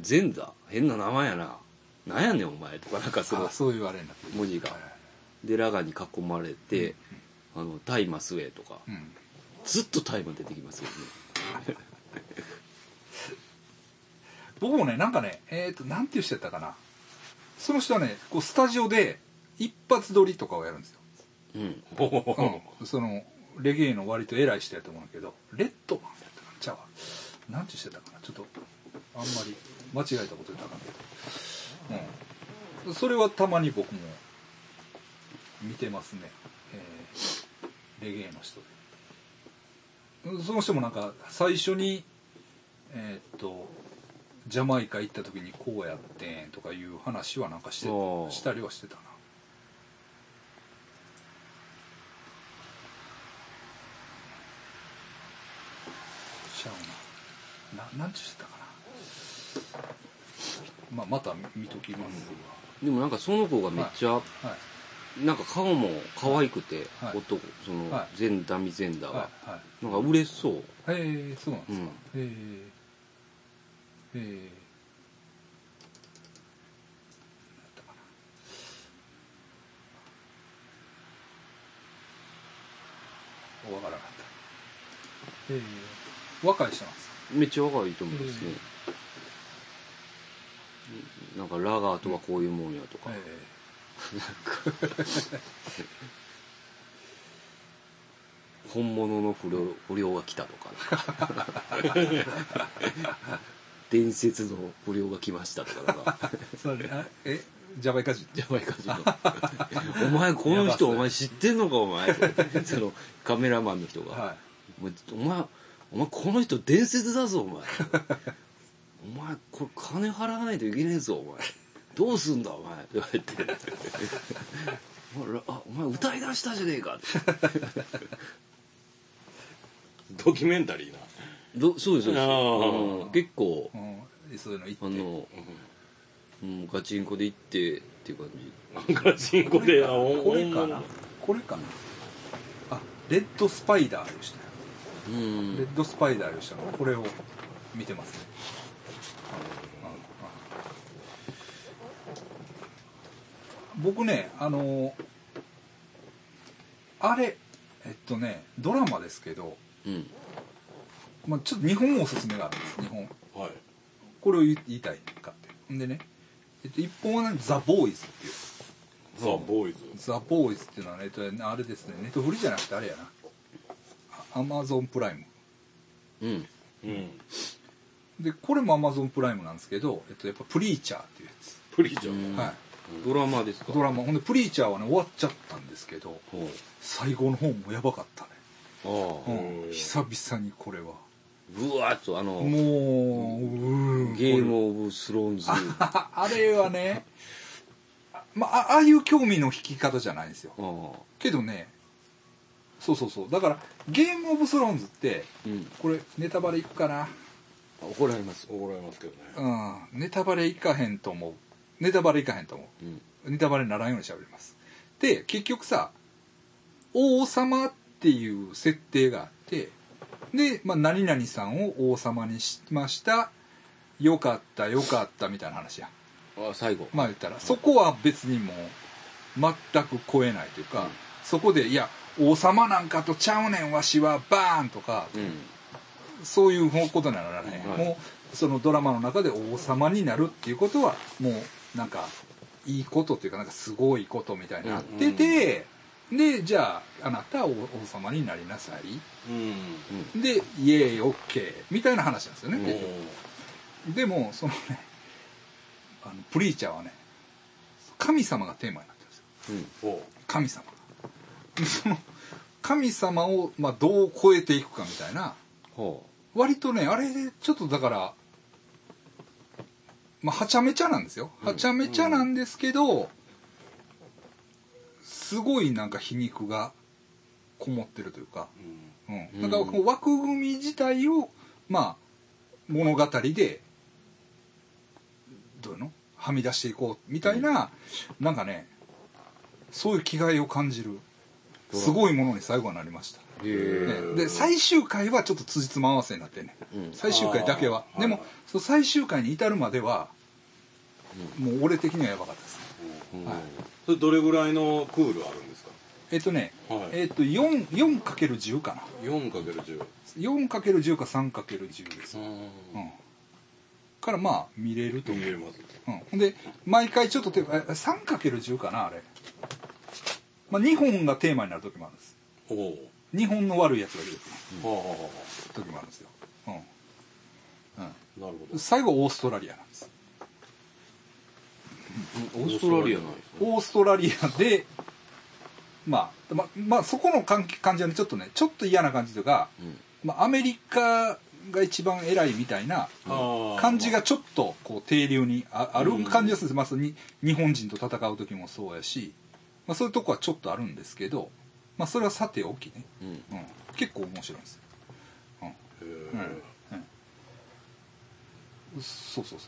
「ゼンダー変な名前やななんやねんお前」とかなんかそのあそういうあれになってる文字がはいはいでラガーに囲まれて「あの大麻吸え」とかうんずっと大麻出てきますよね僕もねなんかねえっ、となんていう人やったかなその人はねこうスタジオで一発撮りとかをやるんですよ、うんうん、そのレゲエの割と偉い人やと思うんだけどレッドマンやったかなちゃうわなんていう人やったかなちょっとあんまり間違えたこと言ったらあかんけど、うん、それはたまに僕も見てますね、えーレゲエの人でうんその人もなんか最初にえーっとジャマイカ行った時にこうやってんとかいう話はなんかしてあーしたりはしてたなしゃうなななんちゅうしてたかな、まあ、また見ときますでもなんかその子がめっちゃ、わはいなんか顔も可愛くて、はい男その、はゼンダミゼンダーが、はいはいなんか嬉しそうへえそうなんですか、へえへえなんだったかなおわからなかったへえ若い人なんですかめっちゃ若いと思うんですね、なんかラガーとはこういうもんやとか、へ本物の不良不良が来たとか伝説の不良が来ましたとかなん かえそれあえジャマイカ人ジャマイカ人のお前この人おやば前知ってんのかお前」そのカメラマンの人が、はもうお前お前この人伝説だぞお 前お前これ金払わないといけねえぞお前どうすんだお前とか言ってお前らあお前歌い出したじゃねえか ドキュメンタリーなどそうですそうですああーの結構い、うん、そういうの行あっての、うん、ガチンコで行ってっていう感じなんか進行であおこれかなおこれかなあレッドスパイダーいう人やうレんッドスパイダーいう人のこれを見てますね僕ねあのあれえっとねドラマですけど、うんまあ、ちょっと日本おすすめがあるんです日本はいこれを言い言いたいかってんでね、えっと、一本はね「ザ・ボーイズ」っていうさあボーイズザ・ボーイズっていうのはね、えっとねあれですねネットフリじゃなくてあれやなアマゾンプライムうんうんでこれもアマゾンプライムなんですけど、えっと、やっぱ「プリーチャー」っていうやつ、プリーちゃうんんはいドラマですかドラマほんで「プリーチャー」はね終わっちゃったんですけどほう最後の方もやばかったね、ああうん、久々にこれはぶわーっとあのもううんゲームオブスローンズああれは ねあまああああいう興味の引き方じゃないんですようんけどねそうそうそうだからゲームオブスローンズってうんこれネタバレいくかな怒られます怒られますけどねうんネタバレいかへんと思うネタバレいかへんと思うんうネタバレにならんように喋りますで結局さ王様っていう設定があってで、まあ、何々さんを王様にしましたよかったよかったみたいな話やあ最後まあ言ったらそこは別にもう全く超えないというか、うんそこで「いや王様なんかとちゃうねんわしはバーン!」とか、うんそういうことにはならない、はいもうそのドラマの中で王様になるっていうことはもうなんかいいことっていうかなんかすごいことみたいになってて、でじゃああなたは王王様になりなさいうんでイエーイオッケーみたいな話なんですよね、うん結局でもそのねあのプリーチャーはね神様がテーマになってるんですようんおお神様が その神様を、まあ、どう超えていくかみたいなほ割とねあれちょっとだからまあはちゃめちゃなんですようんはちゃめちゃなんですけど、すごいなんか皮肉がこもってるというか、うんう、うんんだからこう枠組み自体をまあ物語でどういうのはみ出していこうみたいな、なんかねそういう気概を感じるドラすごいものに最後はなりました、うへえね、で最終回はちょっとつじつま合わせになってねうん最終回だけはあーでもはいその最終回に至るまではもう俺的にはやばかったですうんはいそれどれぐらいのクールあるんですかえっとね、はいえっと 4, 4かける1 0かな 4×10 4かける1 0か3かける1 0です、う、うんからまあ見れると見思うえますうん、ほんで毎回ちょっとテーマ 3×10 かなあれ、まあ、2本がテーマになる時もあるんですおお2本の悪いやつが出てくはあはあはる時もあるんですよ、うんあなるほうん、ど最後オーストラリアなんですオーストラリアなんですねオーストラリアでまあままあそこの感感じはねちょっとねちょっと嫌な感じというか、まあ、アメリカが一番偉いみたいなあー感じがちょっとこう停留にあある感じがするんです、まあ、に日本人と戦う時もそうやし、まあ、そういうとこはちょっとあるんですけど、まあ、それはさておきね、うんうんうん、結構面白いんですよ、へーうんうんそうそうそうそう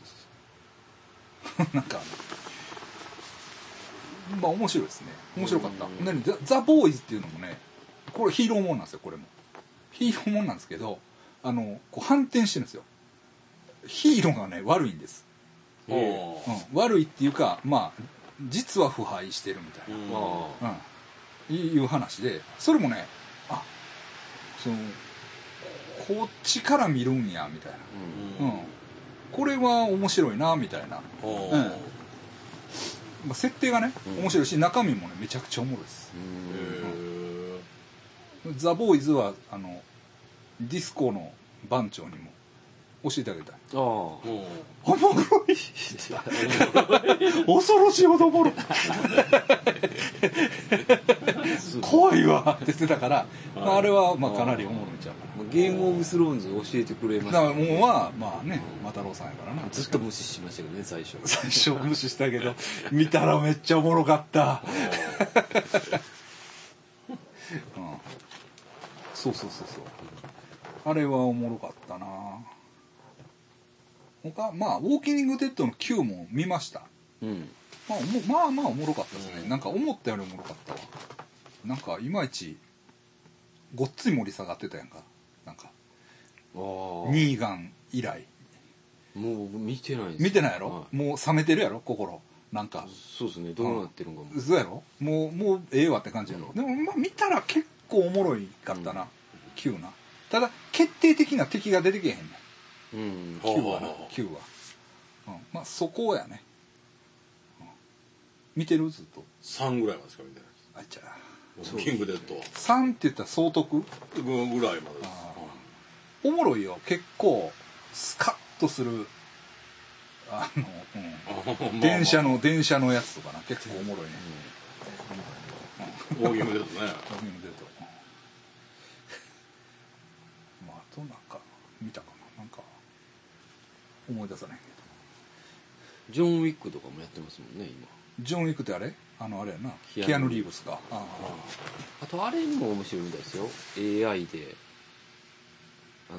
そうなんかまあ面白いですね面白かったうん何ザ・ザボーイズっていうのもねこれヒーローもんなんですよこれもヒーローもんなんですけどあのこう反転してるんですよヒーローがね悪いんです、おおうん、悪いっていうかまあ実は腐敗してるみたいなうんああうん、いういう話でそれもねあそのこっちから見るんやみたいな、うんうん、これは面白いなみたいな、まおうんあ、設定がねうん面白いし中身もねめちゃくちゃおもろいですへうんえザ・ボーイズはあのディスコの番長にも教えてあげたいあおおおもろい恐ろしいほどおもろいあすご怖いいわって言ってたから、まあ、あれはまあかなりおもろいんちゃうかなもうゲームオブスローンズ教えてくれまだからしもうはまあねマタロウさんやからなたずっと無視しましたけどね最初最初無視したけど見たらめっちゃおもろかった、うん、そうそうそうそうあれはおもろかったな他まあウォーキングデッドの Q も見ました、うんまあ、おもまあまあおもろかったですね、うんなんか思ったよりおもろかったわなんかいまいちごっつい盛り下がってたやんかなんかああもニーガン以来う見てないんです見てないやろ、はもう冷めてるやろ心なんかそうですねどうなってるんかもそうやろもうもうええわって感じやろ、うでもまあ見たら結構おもろいかったな、Q なただ決定的な敵が出てけへんねんうんあ Q はなほうほうほう Q は、うん、まあそこやね、うん見てるずっと3ぐらいまでしか見てなあいいちゃですキングデッド3って言ったら総督ぐらいまでですあおもろいよ結構スカッとするあの、うん、電車の電車のやつとかな結構おもろいね、大ゲームです うん、ねラムデートまああとなんか見たかななんか思い出さないけどジョン・ウィックとかもやってますもんね今ジョン・ウィックってあれあのあれやなキアヌキアヌ・リーブスかあああとあれにも面白いみたいですよ AI であ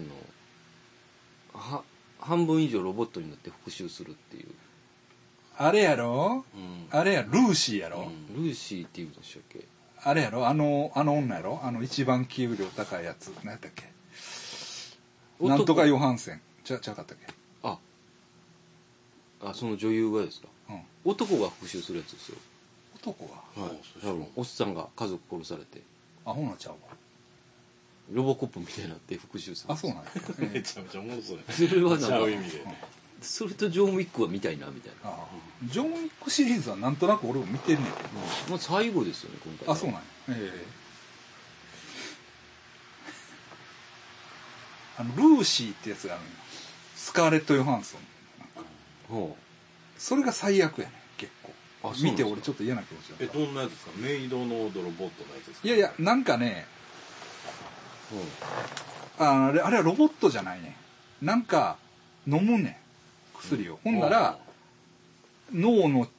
のは半分以上ロボットになって復讐するっていう、あれやろうんあれやルーシーやろ、ルーシーっていうんでしたっけあれやろあのあの女やろあの一番給料高いやつ何やったっけ男なんとかヨハンセンちゃちゃうかったっけああその女優がですかうん男が復讐するやつですよ男ははいそうそう多分おっさんが家族殺されてアホなちゃうわロボコップみたいになって復讐するあそうなん や、えめーちゃめちゃおもろそうやそれはなんかちゃう意味でそれとジョン・ウィックは見たいなみたいなああジョン・ウィックシリーズはなんとなく俺も見てんねんけどまあ最後ですよね今回あそうなんやえ えあのルーシーってやつがあるのよスカーレット・ヨハンソンほそれが最悪やね結構あそうな見んですてか俺ちょっと嫌な気持ちえだったどんなやつですかメイドのドロボットのやつですかいやいやなんかねうほうああれあれはロボットじゃないねなんか飲むね薬を、ほんなら脳の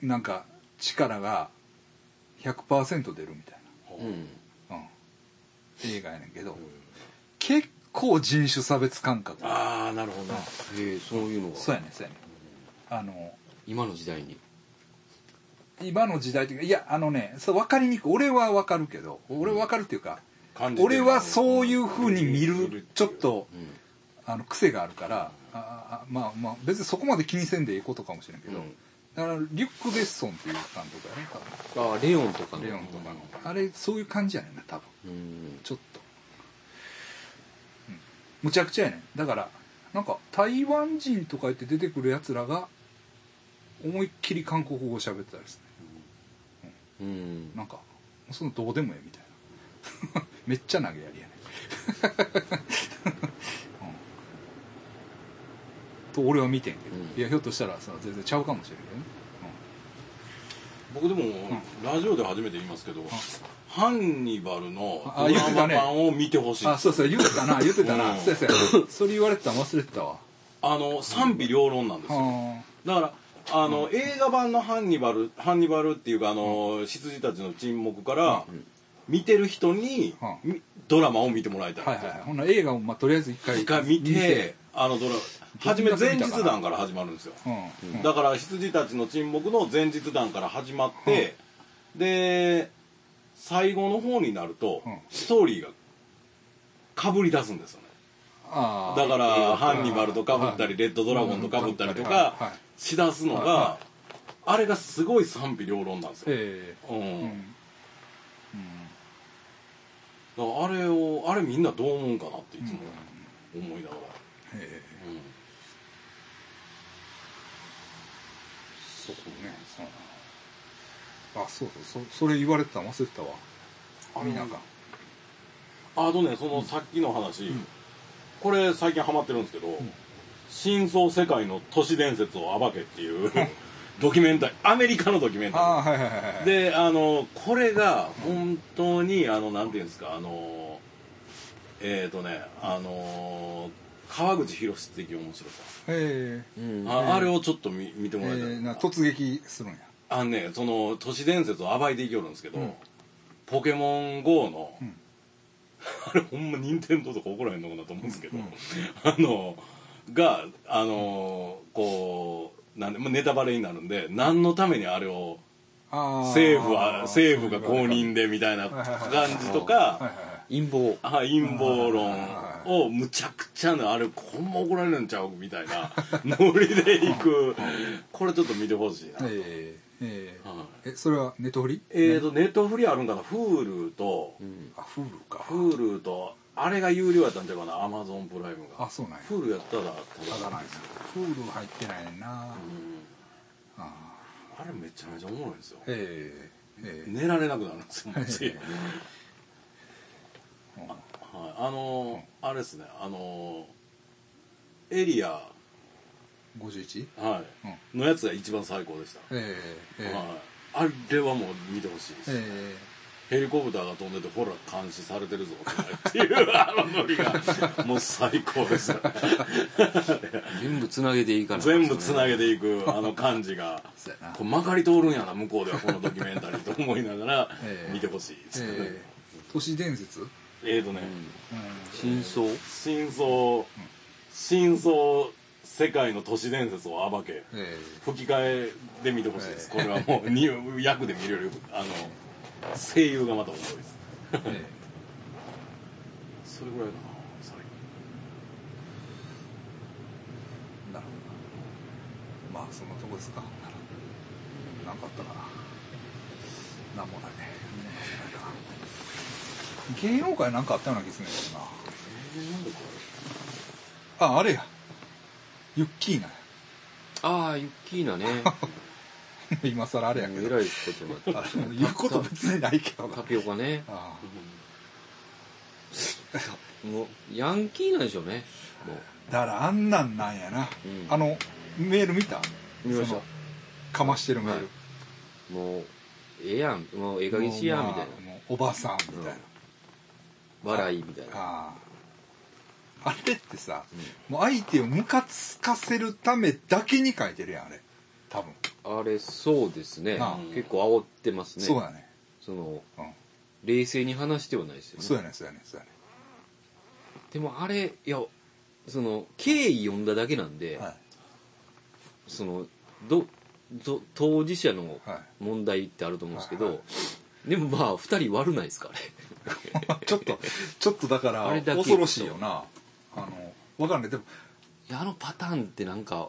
なんか力が100%出るみたいうんな、うん、映画やねんけど、結構人種差別感覚ああなるほどへえそういうのがそうやねんそうやねんあの今の時代に今の時代というかいやあのねそう分かりにくい俺は分かるけど俺は分かるっていうか、感じて俺るはそういうふうに見るちょっとうんあの癖があるからああまあまあ別にそこまで気にせんでいいことかもしれんけど、うんだからリュック・ベッソンっていう監督やね多あレオンとかの分レオンとかの、あれそういう感じやねんな多分うんちょっと、うん、むちゃくちゃやねんだからなんか台湾人とか言って出てくるやつらが思いっきり韓国語を喋ってたりするうんなんかそのどうでもええみたいな めっちゃ投げやりやね、 うん、と俺は見てんけど、うんいやひょっとしたらさ全然ちゃうかもしれんけどね、僕でも、ラジオで初めて言いますけど、ハンニバルのあド言っラてマたね版を見てほしいうん、あそうそう言ってたな言ってたな、うんそうやそうやそれ言われてたの忘れてたわあの賛否両論なんですよはだからあの、映画版のハンニバルハンニバルっていうかあの、羊たちの沈黙から、見てる人に、うみドラマを見てもらいたい、あはいはいはいほんなら映画を、まあ、とりあえず一回一回見てあのドラマ初めどんな前見たかな日談から始まるんですようん、うんだから羊たちの沈黙の前日談から始まって、で最後の方になると、うんストーリーがかぶり出すんですよねあーだから映画ハンニバルとかぶったりレッドドラゴンとかぶったりとはいはいかしだすのはいはがあれがすごい賛否両論なんですよ、えうえんうん、だからあれをあれみんなどう思うかなっていつも思いながら、ええうんそうねあそうそうそそれ言われてたの忘れてたわあみながあとねそのさっきの話、これ最近ハマってるんですけど「真相世界の都市伝説を暴け」っていう ドキュメンタリーアメリカのドキュメンタあーはいはいはいはリーいであのこれが本当にあのなんていうんですかあのえっ、ー、とねあの川口博史的面白さ、ええうんああれをちょっと見見てもらいたい、ええな突撃するんやあのねその都市伝説を暴いていきよるんですけど、うんポケモン GO の、うん あれほんま任天堂とか怒らへんのかなと思うんですけど、あのがあのこうなんでもうネタバレになるんで何のためにあれをああ政府は政府が公認でみたいなはいはいはい感じとはいかはいはい陰謀あ陰謀論はいをむちゃくちゃなあれほんま怒られるんちゃうみた いなノリでいくこれちょっと見てほしいな。ええええはいえそれはネトフリえーとネットフリあるんかな Hulu とうんあフールか Hulu とあれが有料やったんちゃうかな Amazon プライムがあそうなんや Hulu やったらただないなフール入ってないねんなうんあーあれめちゃめちゃおもろいんですよええええ寝られなくなるんですよええ次うんはいあのーあれですねあのーエリア 51? はうんい、のやつが一番最高でした、ええええはい、あれはもう見てほしいです、えヘリコプターが飛んでてほら監視されてるぞっていう あのノリがもう最高 でしたね全部つなげていいから全部つなげげていくあの感じがえそうやなこう曲がり通るんやな向こうではこのドキュメンタリーと思いながらええ見てほしいですねええ都市伝説、うん、えーとね、真相真相真相世界の都市伝説を暴けえ吹き替えで見てほしいです、えこれはもうに役で見れるあの声優がまた面白いですええそれぐらいかな最近えなるほどまあそんなとこですかなんかあったかななんもないね芸能界なんかあったような気するねんなああれやユッキーナやああユッキー ナね今更あれやけえどらいことになってあの言うこと別にないけどなタピオカねあもうヤンキーなんでしょうねもあだからあんなんなんやな、うんあのメール見たう見ましそたのかましてるメール、はいもうええやんもうええ加減しやみたいもうまなあもうおばさんみたいな、うん笑いみたいなあああれってさ、もう相手をムカつかせるためだけに書いてるやんあれ多分、あれそうですねなあ結構煽ってますねそうやねそのうん冷静に話してはないですよねそうやねそうやねそうやねでもあれいやその敬意読んだだけなんで、はいそのどど当事者のは問題ってあると思うんですけど、はいはでもまあ2人悪ないですかあれい ちょっ とちょっとだからあれだけ恐ろしいよなあのわかんないでも、いやあのパターンってなんか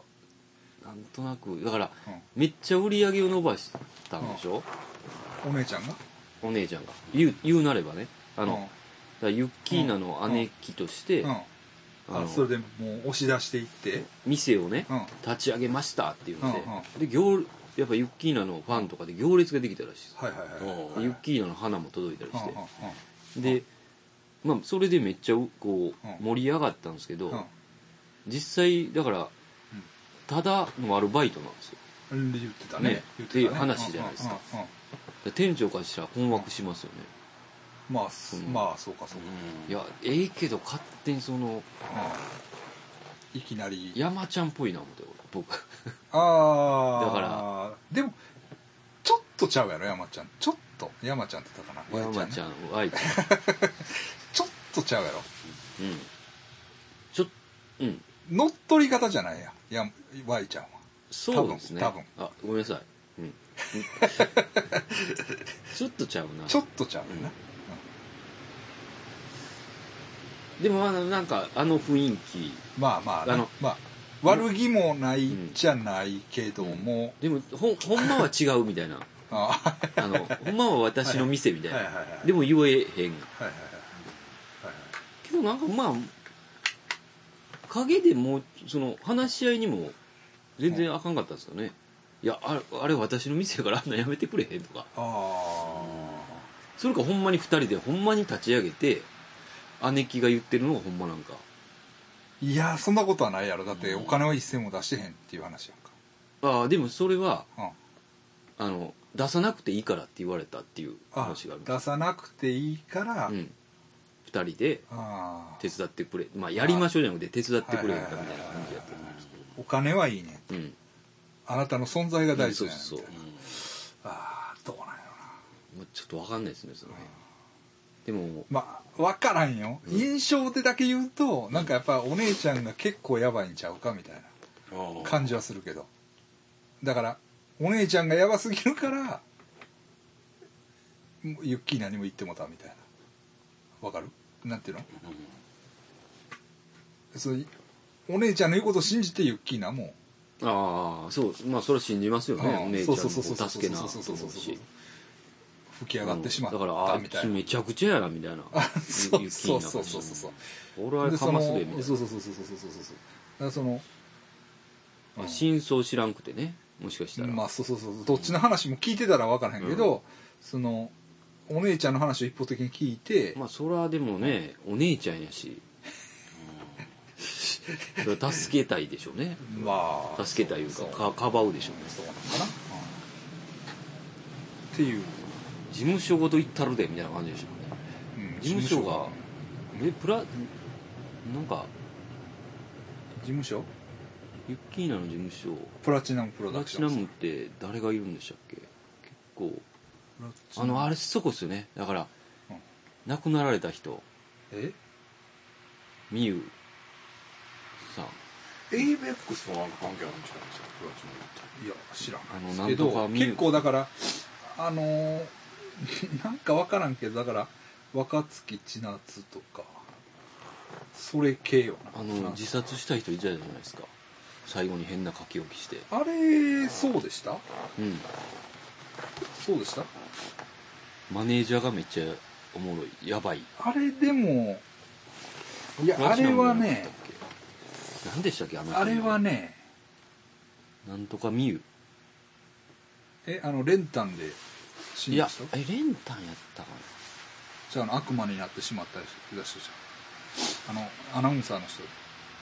なんとなくだからうんめっちゃ売り上げを伸ばしたんでしょ、お姉ちゃんがお姉ちゃんが言う言うなればねああの、だからユッキーナの姉貴として、うん、うんああのそれでもう押し出していって店をね、うん立ち上げましたっていうので,、うんうんで行やっぱユッキーナのファンとかで行列ができたらしいですはいはいはいおユッキーナの花も届いたりして、うで、まあ、それでめっちゃうこうう盛り上がったんですけど、んうん実際だからただのアルバイトなんですようんうん言ってたねね言ってたねっていう話じゃないですかうんうんうんで店長からしたら困惑しますよね、まあすうんまあそうかそうかいやええけど勝手にそのうんいきなり山ちゃんっぽいな思って俺僕ああだからでもちょっとちゃうやろ山ちゃんちょっと山ちゃんって言ったかな山ちんゃん愛ちゃんちょっとちゃうやろうんちょうん乗っ取り方じゃないやや Y ちゃんはそうですね多分あごめんなさいうん ちょっとちゃうなちょっとちゃうよなでもあのなんかあの雰囲気まあまあねあのまあ悪気もないじゃないけどもでもほんほんまは違うみたいなあー あのほんまは私の店みたいな、はいはいはいはいでも言えへんはいはいはいけどなんかまあ影でもうその話し合いにも全然あかんかったですよね、いやあれあれ私の店やからあんなんやめてくれへんとかああそれかほんまに2人でほんまに立ち上げて姉貴が言ってるのがほんまなんかいやそんなことはないやろだってお金は一銭も出してへんっていう話やんかああでもそれはうんあの出さなくていいからって言われたっていうあ話がある出さなくていいから、うん、2人であー手伝ってくれまあやりましょうじゃなくて手伝ってくれへんかみたいな感じやったと思うんですけどお金はいいねうんあなたの存在が大事そうだよ、ねそうそうああどうなんやろなもうちょっとわかんないですねその辺でもまあ分からんよ、印象でだけ言うとなんかやっぱお姉ちゃんが結構やばいんちゃうかみたいな感じはするけどだからお姉ちゃんがやばすぎるからユッキー何も言ってもたみたいなわかるなんていうのそうお姉ちゃんの言うことを信じてユッキーナもああそうまあそれは信じますよねうんお姉ちゃんのそおうそうそうそう助けなと思そうそうそううそうし吹き上がってしまっうんだからあたみいたいつな、めちゃくちゃやなみたいなそう雪そにうなっそたうしそうそう俺はでかそまのすでみたいなそうそうそうそうそうそうそうそうだからそのあ真相知らんくてねもしかしたらまあそうそうそうどっちの話も聞いてたら分からへんけど、そのお姉ちゃんの話を一方的に聞いて、まあそれはでもねお姉ちゃんやしそれは助けたいでしょうねまあ助けたいいうそうかかかばうでしょうねそうなのかな、うんっていう、事務所ごと行ったるでみたいな感じでしょうねうん事務所がえプラなんか事務所ユッキーナの事務所プラチナムプロプダラクシチョナンズムって誰がいるんでしたっけ結構プラチナあムのあれそこっすよねだから、うん亡くなられた人えみゆさんエイベックスとなんか関係あるんちゃうんですかプラチナムっていや知らあなのいですなんけとどかミュー結構だからあのー なんか分からんけどだから若槻千夏とかそれ系よなあの自殺した人いたじゃないですか最後に変な書き置きしてあれそうでしたうんそうでしたマネージャーがめっちゃおもろいやばいあれでもいやプラあチナれムはじゃなねかったっけ何でしたっけあの人あれはねなんとかみゆえあの練炭で死んいだや人えレンタンやったかなじゃああの悪魔になってしまった人だ人じゃんあのアナウンサーの人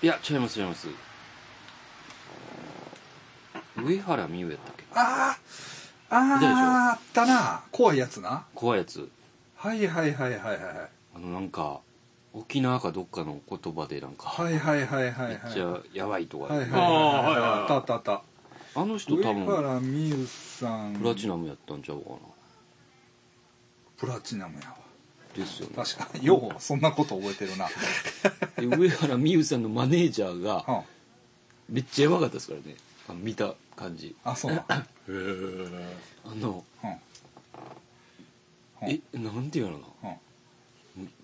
いや違います違います上原美優やったっけあああいたでしょああったな怖いやつな怖いやつはいはいはいはいはいはいあのなんか沖縄かどっかの言葉でなんか、はいはいはいはいはいめっちゃやばいとか、はいはいはいあーはいはいあったあったあったあの人上多分原美優さんプラチナナムやったんちゃうかなプラチナムやわですよね確かにようそんなこと覚えてるなで上原美優さんのマネージャーがうんめっちゃやばかったですからねあの見た感じあそうなへえあのうんうんえなんていうのかうんな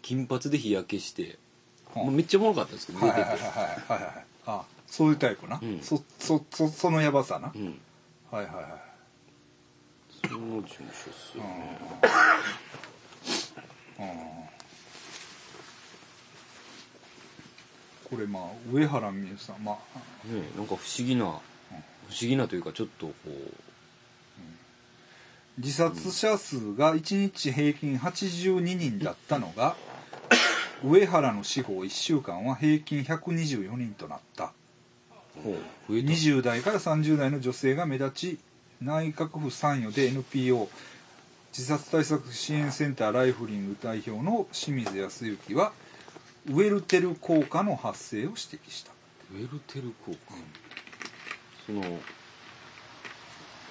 金髪で日焼けして、うんもうめっちゃおもろかったんですけどはい出てはいて、はいはいはいはいあそういうタイプな、うんそそそそのヤバさな、うんはいはいはいその事務所っすよね、これまあ上原美優さんまあねえなんか不思議な不思議なというかちょっとこう自殺者数が1日平均82人だったの が、上原の死後1週間は平均124人となった増えた20代から30代の女性が目立ち内閣府参与で NPO 自殺対策支援センターライフリング代表の清水康之はウェルテル効果の発生を指摘したウェルテル効果、その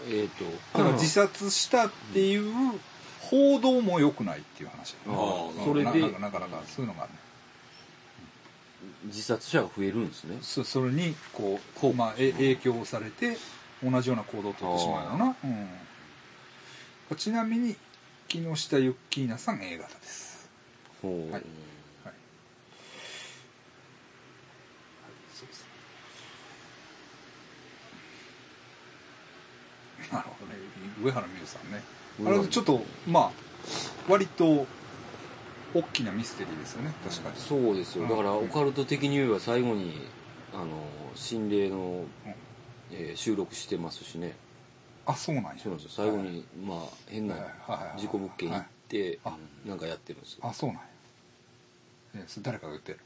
えっ、とだ から自殺したっていう報道も良くないっていう話あだよねうあんそれななんでかなかなかそういうのがあるね自殺者が増えるんですねそそれにこうこう、まあ、え影響をされて同じような行動をとってしまうような、うん、ちなみに木下ゆっきーなさん A 型ですほう、はいはい、そうですなるほどね上原美優さんねあれはちょっとまあ割と大きなミステリーですよね確かにそうですよだからうオんカルト的に言えば最後にあの心霊の、えー収録してますしねあそうなんやそうなんですよ最後に、まあ変なはいはいはい事故物件行って、はいなんかやってるんですよあそうなんや、えそれ誰かが言ってる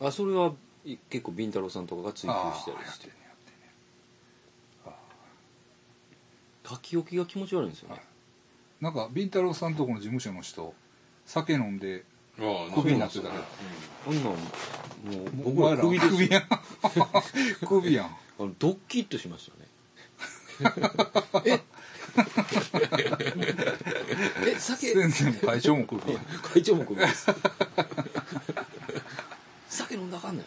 あそれはい結構ビンタロウさんとかが追求あしたあーりやっしててんねやってんね書き置きが気持ち悪いんですよねなんかビンタロウさんとこの事務所の人酒飲んでああクビになってたけどあんなんもうもう僕らおクビ前ですよクビやんクビやん あのドッキッとしましたね ええ酒先生も会長もクビや 会長もクビです酒飲んだらあかんね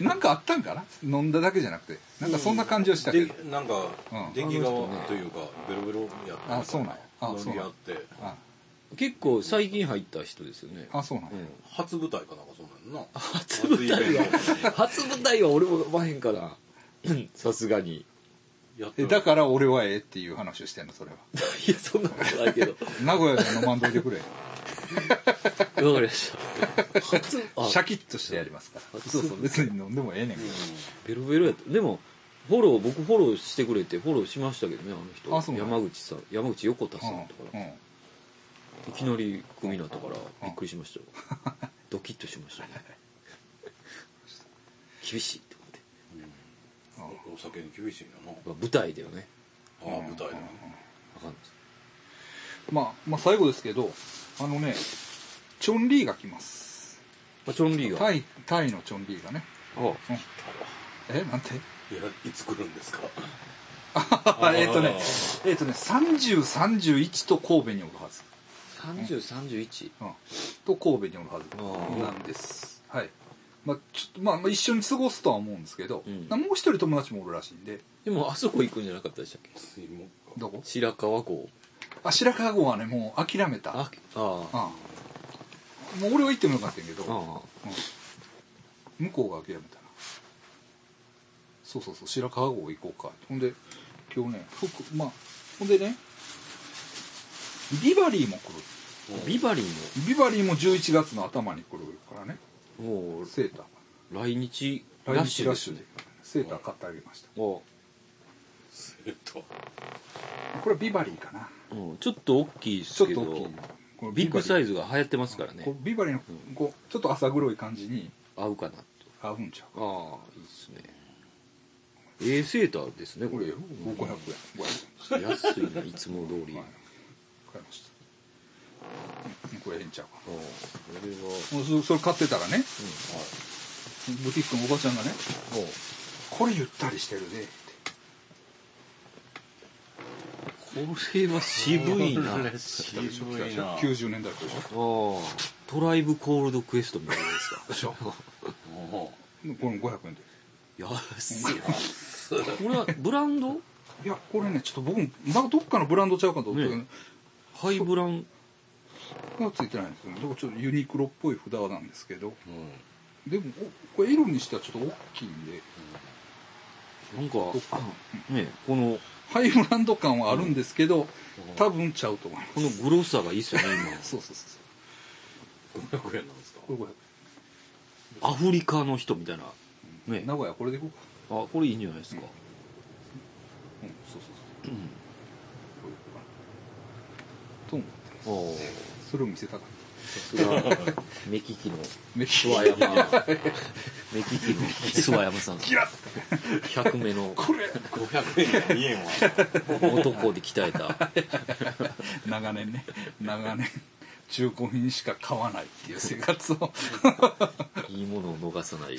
んんなんかあったんかな飲んだだけじゃなくてなんかそんな感じはしたけど、でなんかうん出来側というかベロベロやってあそうなんやあそう乗りな合んっやてあ結構最近入った人ですよねあそうなんや、うん初舞台かなんかそうなんやな初舞台は初舞台は俺も呼ばへんからうんさすがにやっえてるだから俺はええっていう話をしてんのそれはいやそんなことないけど名古屋で飲まんといて くれわかりました初あシャキッとしてやりますからそうそう別に飲んでもええねんけどベロベロやったでもフォロー僕フォローしてくれてフォローしましたけどねあの人あそうなん山口さん山口横田さんとかうなんうんいきなりクビになったからび っくりしましたよドキッとしましたね厳しいと思あお酒に厳しいんだなまあ舞台だよねああ舞台だねわかんないまあ、まあ最後ですけどあのねチョンリーが来ますまあ、チョンリーがタイタイのチョンリーがねあえなんていやいつ来るんですか えっとねえっとね3031と神戸におるはず、 3031うん、と神戸におるはずなんですはいまあちょっとまあまあ一緒に過ごすとは思うんですけど、うんもう一人友達もおるらしいんででもあそこ行くんじゃなかったでしたっけ水門かどこ白川湖あ白川郷はねもう諦めたあああうんもう俺は行ってもよかったんやけど、あ向こうが諦めたなそうそうそう白川郷行こうかほんで今日ね服まあほんでねビバリーも来るビバリービバリーも11月の頭に来るからねももうセータ来日ーラッシュですねセーター買ってあげましたあえっとこれはビバリーかなあうんちょっと大きいですちょっけとど大きいこのビッグサイイズが流行ってますからこうねビバリーのこうちょっと浅黒い感じに合うかなと合うんちゃうああいいっすね A セーターですねここれれよ500円500円安いないつも通りはいあ買いましたこれええんちゃうかあこれはもうそそれ買ってたらねブティックのおばちゃんがねもう「これゆったりしてるね」ってこれは渋いなああ渋いな90年代からでしトライブコールドクエストみたいなやつだょでしょこおれ500円で安いなこれはブランドいやこれねちょっと僕もなんかどっかのブランドちゃうかと思ってたけどねハイブランがついてないんですよねでもちょっとユニクロっぽい札なんですけどううんでもおこれ色にしてはちょっと大きいんでなんかどっかねこのハイブランド感はあるんですけど、多分ちゃうと思いますこのグロさがいいっすよねそうそうそうそう500円なんですかこれ500今アフリカの人みたいなね円名古屋これでいこうかあこれいいんじゃないですかうんそうそうそうこういうことかなとうん思ってああそれを見せたかっさすが目利きのためっ諏訪山目利きの諏訪山さんキラッ100目のこれ500円が見えんわ男で鍛えた長年ね長年中古品しか買わないっていう生活をいいものを逃さない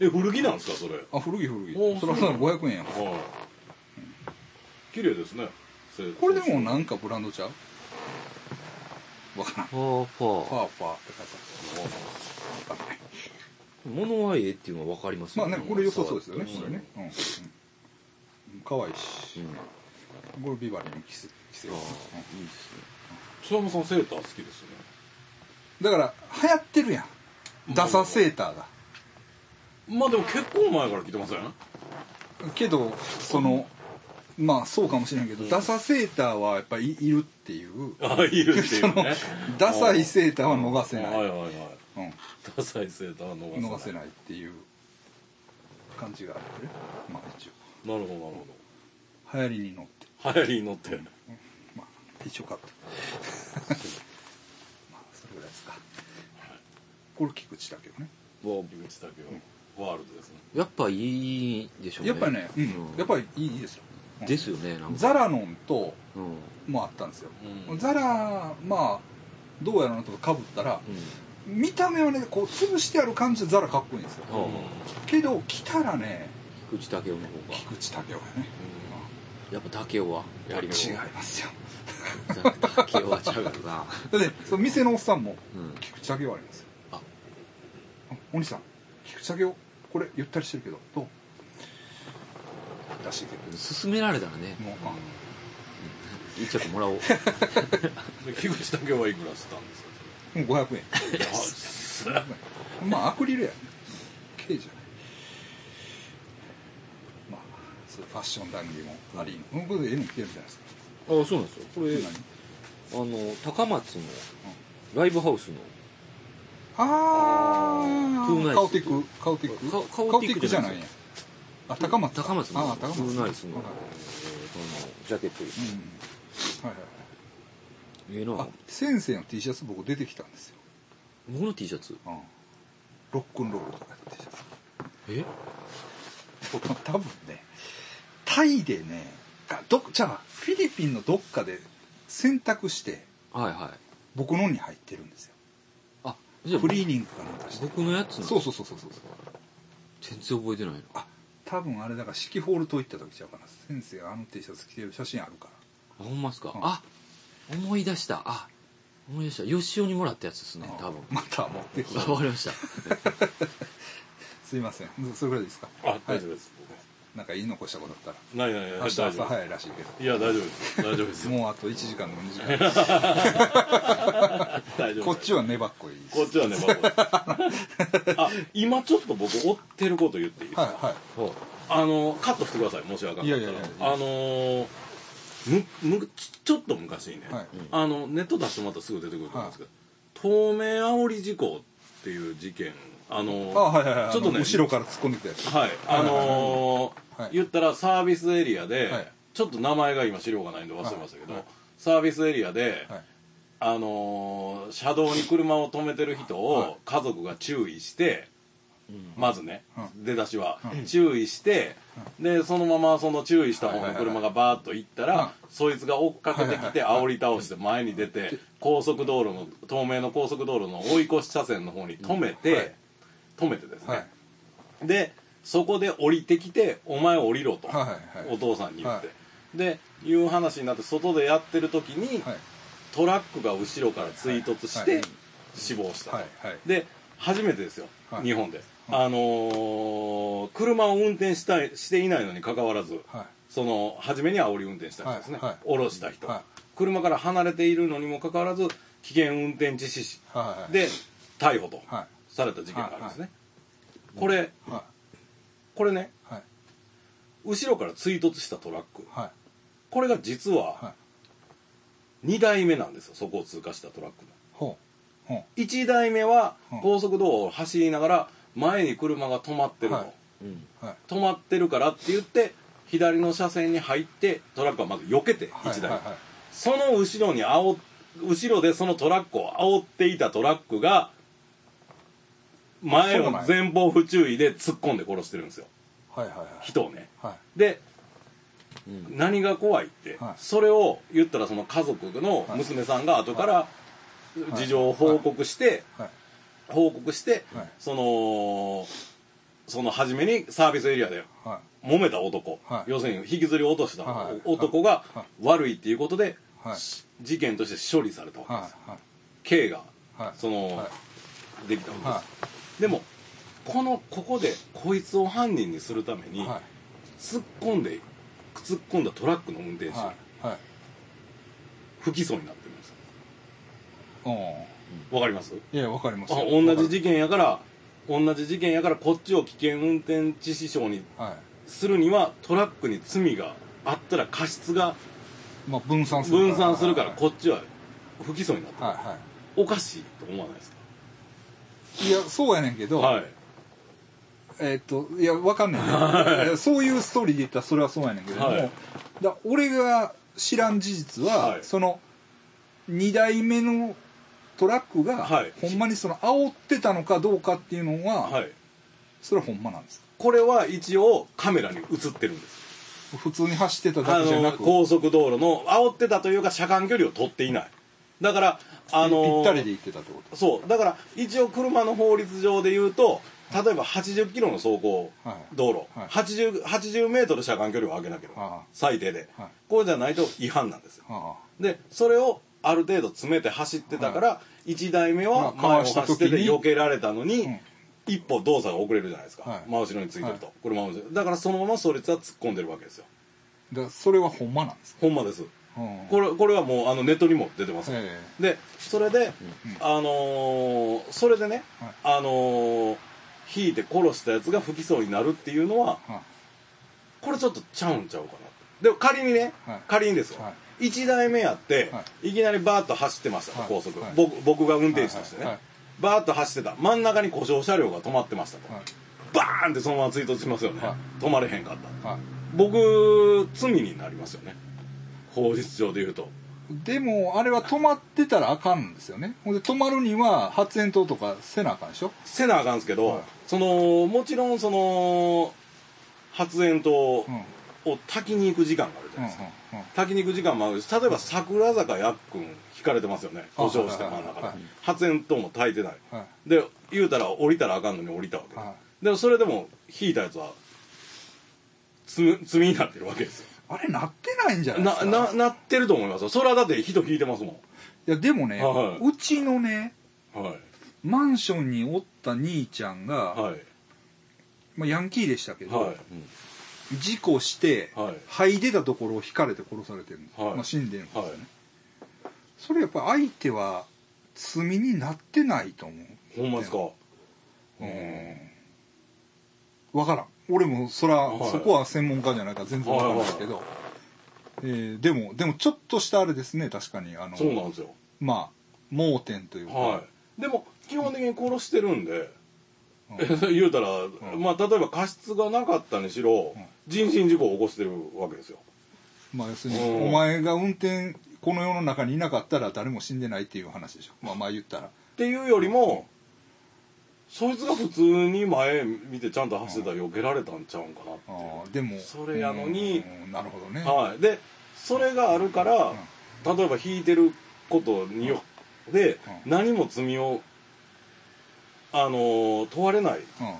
え古着なんですかそれあ古着古お着ーそらそそうらなの500円やんはい綺麗ですねせこれでもなんかブランドちゃうわからんパーパーパーパーって書いてあるわかんない物はええっていうのは分かりますまあねこれ良さそうですよね触それってねうんうん可愛いしうんこれビバリーに着せ着せようあうんあいいっすね津山さんセーター好きですよねだから流行ってるやんダサセーターがまあでも結構前から着てませんけどそのまあそうかもしれんけど、ダサセーターはやっぱりいいるっていうあいるっていそうのねダサいセーターは逃せはないい、はいはいうん、ダサいセーターは逃せない逃せないっていう感じがあるねまあ一なるほどな応る流行りに乗って、ほど流行りに乗って まあ、一応買ったまあそれぐらいですかこれ菊池だけどねわ入り口だけはワールドですねやっぱいいでしょうねやっぱりね、うんうんやっぱりいいですよ、うんですよねなんかザラノンとうんうんもあったんですよ、うんザラまあどうやらなとかぶったら、見た目はねこう潰してある感じでザラかっこいいんですよああけど着たらね菊池武雄の方が菊池武雄がねやっぱ武雄はやり違いますよ武雄はちゃ うなだってその店のおっさんもうん菊池武雄ありますよああお兄さん菊池武雄これゆったりしてるけどどう出してく勧められたらねれるもうあ一着もら おうで入り口だけはいくらしたんですかもう500それ円まあアクリルやね軽じゃないまあそういうファッション談義もありこのことで絵に着てるじゃないですかああそうなんですよこれ何あの高松のライブハウスのああトゥーナイスカオティックカオティックカカオティックじゃないんやあ高松高松のああ高松トゥーナイスのはいあのジャケットですうんはいはいええなはいあ先生の T シャツ僕出てきたんですよ、僕の T シャツうんロックンロールとかやって T シャツえ多分ねタイでねあどじゃあフィリピンのどっかで選択してはいはい僕のに入ってるんですよあじゃあクリーニングかなんかして僕のやつなのそうそうそうそうそう全然覚えてないなあ多分あれだから四季ホールと行った時ちゃうかな先生があの T シャツ着てる写真あるからあほんまっすか、うんあ思い出したあ思い出した吉尾にもらったやつですね多分また持って くるわかり ましたすいませんそれぐらいですかあは大い丈夫です、なんか言い残したことあったらないないない明大日丈夫朝で早いらしいけ どすいや大丈夫です大丈夫ですもうあと1時間でも2時間 でも大丈夫こっちはは粘っこいですこっちはねバカあ今ちょっと僕追ってること言っていいですか、はいはいほ、あのカットしてくださいもしわかんなかったらいやいやいあのーむむちちょっと昔にね、はいあのネット出してもらったらすぐ出てくると思うんですけど、東名あおり事故っていう事件あのーあはいはいはいちょっとねあの後ろから突っ込んできたやつはいあのーはい言ったらサービスエリアで、はいちょっと名前が今資料がないんで忘れましたけはいど、はいサービスエリアで、はいあのー車道に車を止めてる人はいを家族が注意して、まずね、う出だしは、注意して、でそのままその注意した方はのいはいはい車がバーッと行ったら、はそいつが追っかけてきてはいはい煽り倒して前に出て、高速道路の透明の高速道路の追い越し車線の方に止めて、うんはい止めてですね、はいでそこで降りてきて「お前降りろ」と、はいはいお父さんに言って、はでいう話になって外でやってる時に、はいトラックが後ろから追突してはい死亡した、はいはいで初めてですよ、はい日本で、あのー車を運転したいしていないのにかかわらず、はいその初めに煽り運転した人ですね、はいはい降ろした人、はい車から離れているのにもかかわらず危険運転致死はいはいで逮捕とはされた事件があるんですね、これいはいこれねはい後ろから追突したトラックはいこれが実はいは2台目なんですよそこを通過したトラックのほうほ1台目はうん高速道路を走りながら前に車が止まってるの、はいううん、うはい止まってるからって言って左の車線に入ってトラックはまず避けてはい1台、はいはいその後ろに煽後ろでそのトラックを煽っていたトラックが前そうのなんや前方不注意で突っ込んで殺してるんですよはいはいはい人をねはいでうん、何が怖いって、はいそれを言ったらその家族の娘さんが後からい事情を報告して、はい報告して、はいそのその初めにサービスエリアでは揉めた男、はい要するに引きずり落としたはい男がは悪いっていうことで、いはいし事件として処理されたわけはいです、はい刑がはいその、はできたわけです、はでもこのここでこいつを犯人にするためいに、は突っ込んで突っ込んだトラックの運転い手、はいはい不起訴になってるんですようわかりますんいやわかりますあよ同じ事件やから同じ事件やからこっちを危険運転致死傷にはするにはトラックに罪があったら過失がいまあ分散する分散するからはいこっちは不起訴になってる、はおかしいと思わないですいいやそうやねんけかどはいえーっといやわかんないいやそういうストーリーで言ったらそれはそうやねんけども、はいだ俺が知らん事実は、はいその2台目のトラックが、はいほんまにその煽ってたのかどうかっていうのは、はいそれはほんまなんですかこれは一応カメラに映ってるんです普通に走ってたあだけじゃなのく高速道路の煽ってたというか車間距離を取っていないだからあぴのったりで行ってたってこそうだから一応車の法律上で言うと例えば80キロの走行はい道路、はい 80, 80メートル車間距離を上げなければ、ああ最低で、はいこうじゃないと違反なんですよとはでそれをある程度詰めて走ってたから、1台目はまあか前をわした走っ時てにて避けられたのに、うん一歩動作が遅れるじゃないですか、はい真後ろについてると、は車の後ろだからそのままそれつは突っ込んでるわけですよあだからそれはほんまなんですか、ほんまですうんこれこれはもうあのネットにも出てますえでそれで、あのーそれでね、あのー引いて殺したやつが不起訴になるっていうのはえはこれちょっとちゃうんちゃうかなでも仮にね、はい仮にですよ、は1台目やって、、はいきなりバーッと走ってました、はい高速、はい僕僕が運転手としてね、はいはいバーッと走ってた真ん中に故障車両が止まってましたと、はいバーンってそのまま追突しますよね、は止まれへんかったいはい僕罪になりますよね法律上で言うとでもあれは止まってたらあかんんですよねほんで止まるには発煙筒とかせなあかんでしょせなあかんすけど、はいそのもちろんその発煙筒をうんうん炊きに行く時間があるじゃないですか、うん炊きに行く時間もあるし例えば桜坂やっくん引かれてますよねあ故障して真ん中ではい発煙筒も炊いてないはいで言うたら降りたらあかんのに降りたわけ、はでもそれでも引いたやつは積み積みになってるわけですよいあれなってないんじゃないですなかななってると思いますよそれはだって人引いてますもいやでもね、はいはいうちのねんはいマンションにおった兄ちゃんが、はいまあ、ヤンキーでしたけど、はい事故して、はい肺出たところを引かれて殺されてるんです、はいまあ、死んでるんですよね、はいそれやっぱ相手は罪になってないと思うほんまですかうん分からん俺もそら、はいそこは専門家じゃないから全然分からないですけど、えーでもでもちょっとしたあれですね確かにあのそうなんですよまあ盲点というか、はいでも基本的に殺してるんで、う言うたら、んまあ例えば過失がなかったにしろ、うん人身事故を起こしてるわけですよまあ要するにうんお前が運転この世の中にいなかったら誰も死んでないっていう話でしょまあまあ言ったらっていうよりも、そいつが普通に前見てちゃんと走ってたら避けられたんちゃうんかなってあいうーでもそれやのにうんなるほどねはい、でそれがあるから、例えば引いてることによって、う何も罪を、あのー問われないっう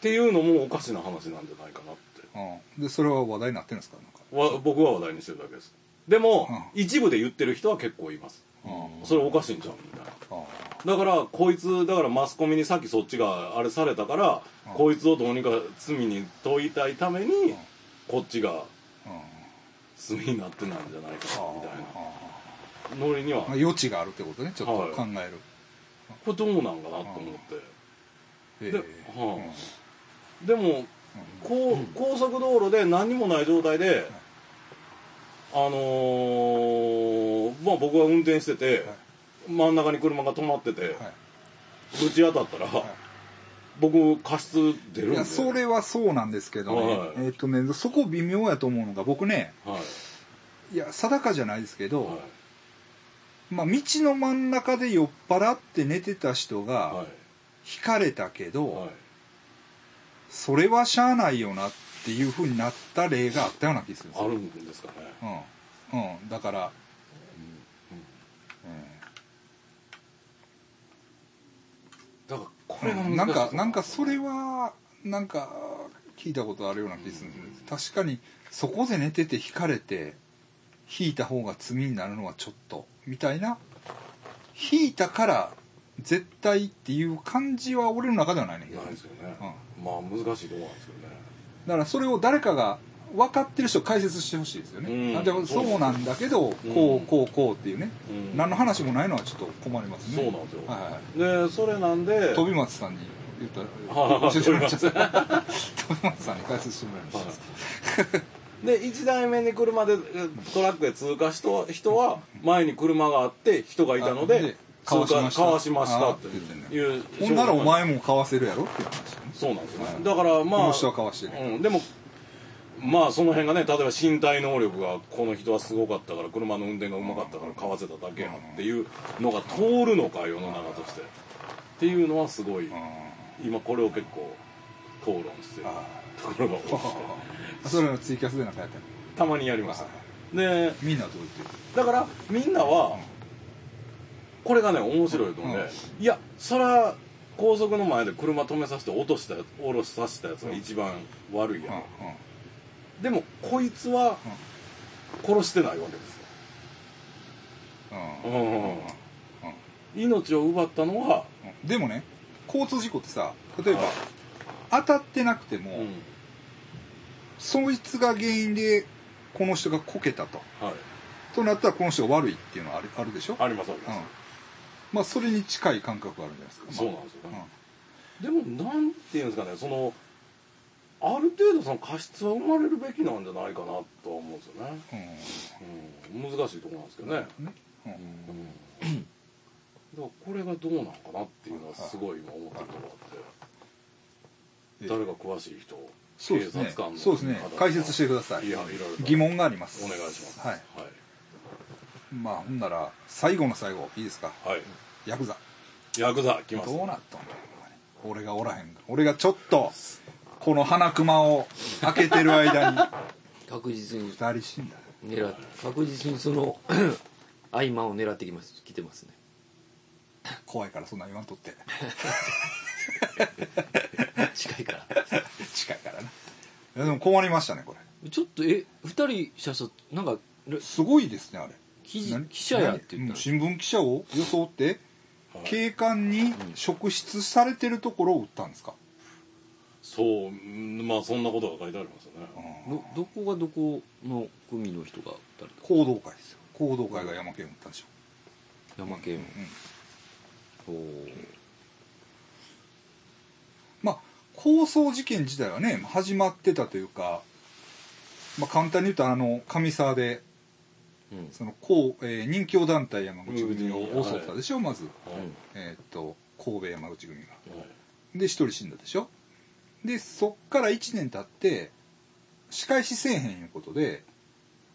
ていうのもおかしな話なんじゃないかなってんうんでそれは話題になってるんですかなんかわ僕は話題にしてるだけですでも、う一部で言ってる人は結構いますうんそれおかしいんちゃうみたいなあだからこいつだからマスコミにさっきそっちがあれされたから、うんこいつをどうにか罪に問いたいために、んこっちがーうん罪になってないんじゃないかなみたあいーなノリにはまあ、余地があるってことねちょっとはい考えこれどうなんかなと思って、る、でええはあでもこう高速道路で何もない状態で、あのーまあ僕が運転してて、真ん中に車が止まってて、はいぶち当たったら、僕過失出るうんいんでやそれはそうなんですけどね、はいえっ、とねそこ微妙やと思うのが僕ねはいいや定かじゃないですけど、はまあ、道の真ん中で酔っ払って寝てた人いはが引かれたけど、いはいそれはしゃあないよなっていうふうになった例があったような気がするんですあよるんですかねうん、うん、だから、だからこうれんうんが難しいなんかなんかそれははなんか聞いたことあるような気がするんです確かにそこで寝てて引かれて引いた方が罪になるのはちょっとみたいな引いたから絶対っていう感じは俺の中ではないねんけどないねですよね、うんまあ難しいところなんですけどねだからそれを誰かが分かってる人を解説してほしいですよね、うんあでもそうなんだけど、うんこうこうこうっていうね、うん何の話もないのはちょっと困りますねそうなんですよ、はいはいはでそれなんでい飛松さんに言ったはいはらい教えてもらっちゃ った飛松さんに解説してもらいました、で1台目に車でえトラックで通過した人は前に車があって人がいたのあででかわ通しま過したかわしましたあーってって言ってんいうほんならお前も買わせるやろっていう話だねそうなんですよはいねだからまこあの人はかわしてねうん、でもまあその辺がね例えば身体能力がこの人はすごかったから車の運転がうまかったから買わせただけやっていうのが通るのか世の中としてっていうのはすごい今これを結構討論してるあところが多いですねーそれのツイキャスでなんかやったのたまにやりますはいはでみんなどう言ってるだからみんなはこれがね面白いと思うね、いやそら高速の前で車止めさせて落としたやつ下ろしさせたやつが一番悪いやうんん、うんでもこいつは殺してないわけですよ、うんうんうんうん命を奪ったのは、うんでもね交通事故ってさ例えばはい当たってなくても、うんそいつが原因でこの人がこけたとはい、となったらこの人が悪いっていうのはあるあるでしょ、ありますありうんます、まあそれに近い感覚があるんじゃないですか、まあそうなんですよね、でもなんていうんですかねそのある程度その過失は生まれるべきなんじゃないかなとは思うんですよね、うん、難しいところなんですけどね、うんねうんうん、だからこれがどうなんかなっていうのはすごい今思ってるところがあってえ誰が詳しい人そうです警ね察官のそうですね方解説してくださいいやいろいろと疑問がありますお願いしますはいはいまあほんなら最後の最後いいですかはいヤクザヤクザ来まどすうなったんだよお前俺がおらへん俺がちょっとこの花熊を開けてる間 に確実に二人死んだ狙って確実にその 合間を狙ってきます来 てますね怖いからそんなん言わんとって近いから 近いからないやでも困りましたねこれちょっとえ二人社長なんかれすごいですねあれ記事何記者やって言何っうんた新聞記者を装って警官に職質されてるところを撃ったんですか、そううんまあそんなことが書いてありますようねんのどどこがどこの組の人が誰か行動会ですよ行動会が山県撃ったんでしょ山県をうんほまあ抗争事件自体はね始まってたというか、まあ、簡単に言うとあの上沢でううんそのこう、えー任教団体山口組を襲ったでしょ、まず、はいうんえーっと神戸山口組がはいで一人死んだでしょでそっから1年経って仕返しせえへんいうことで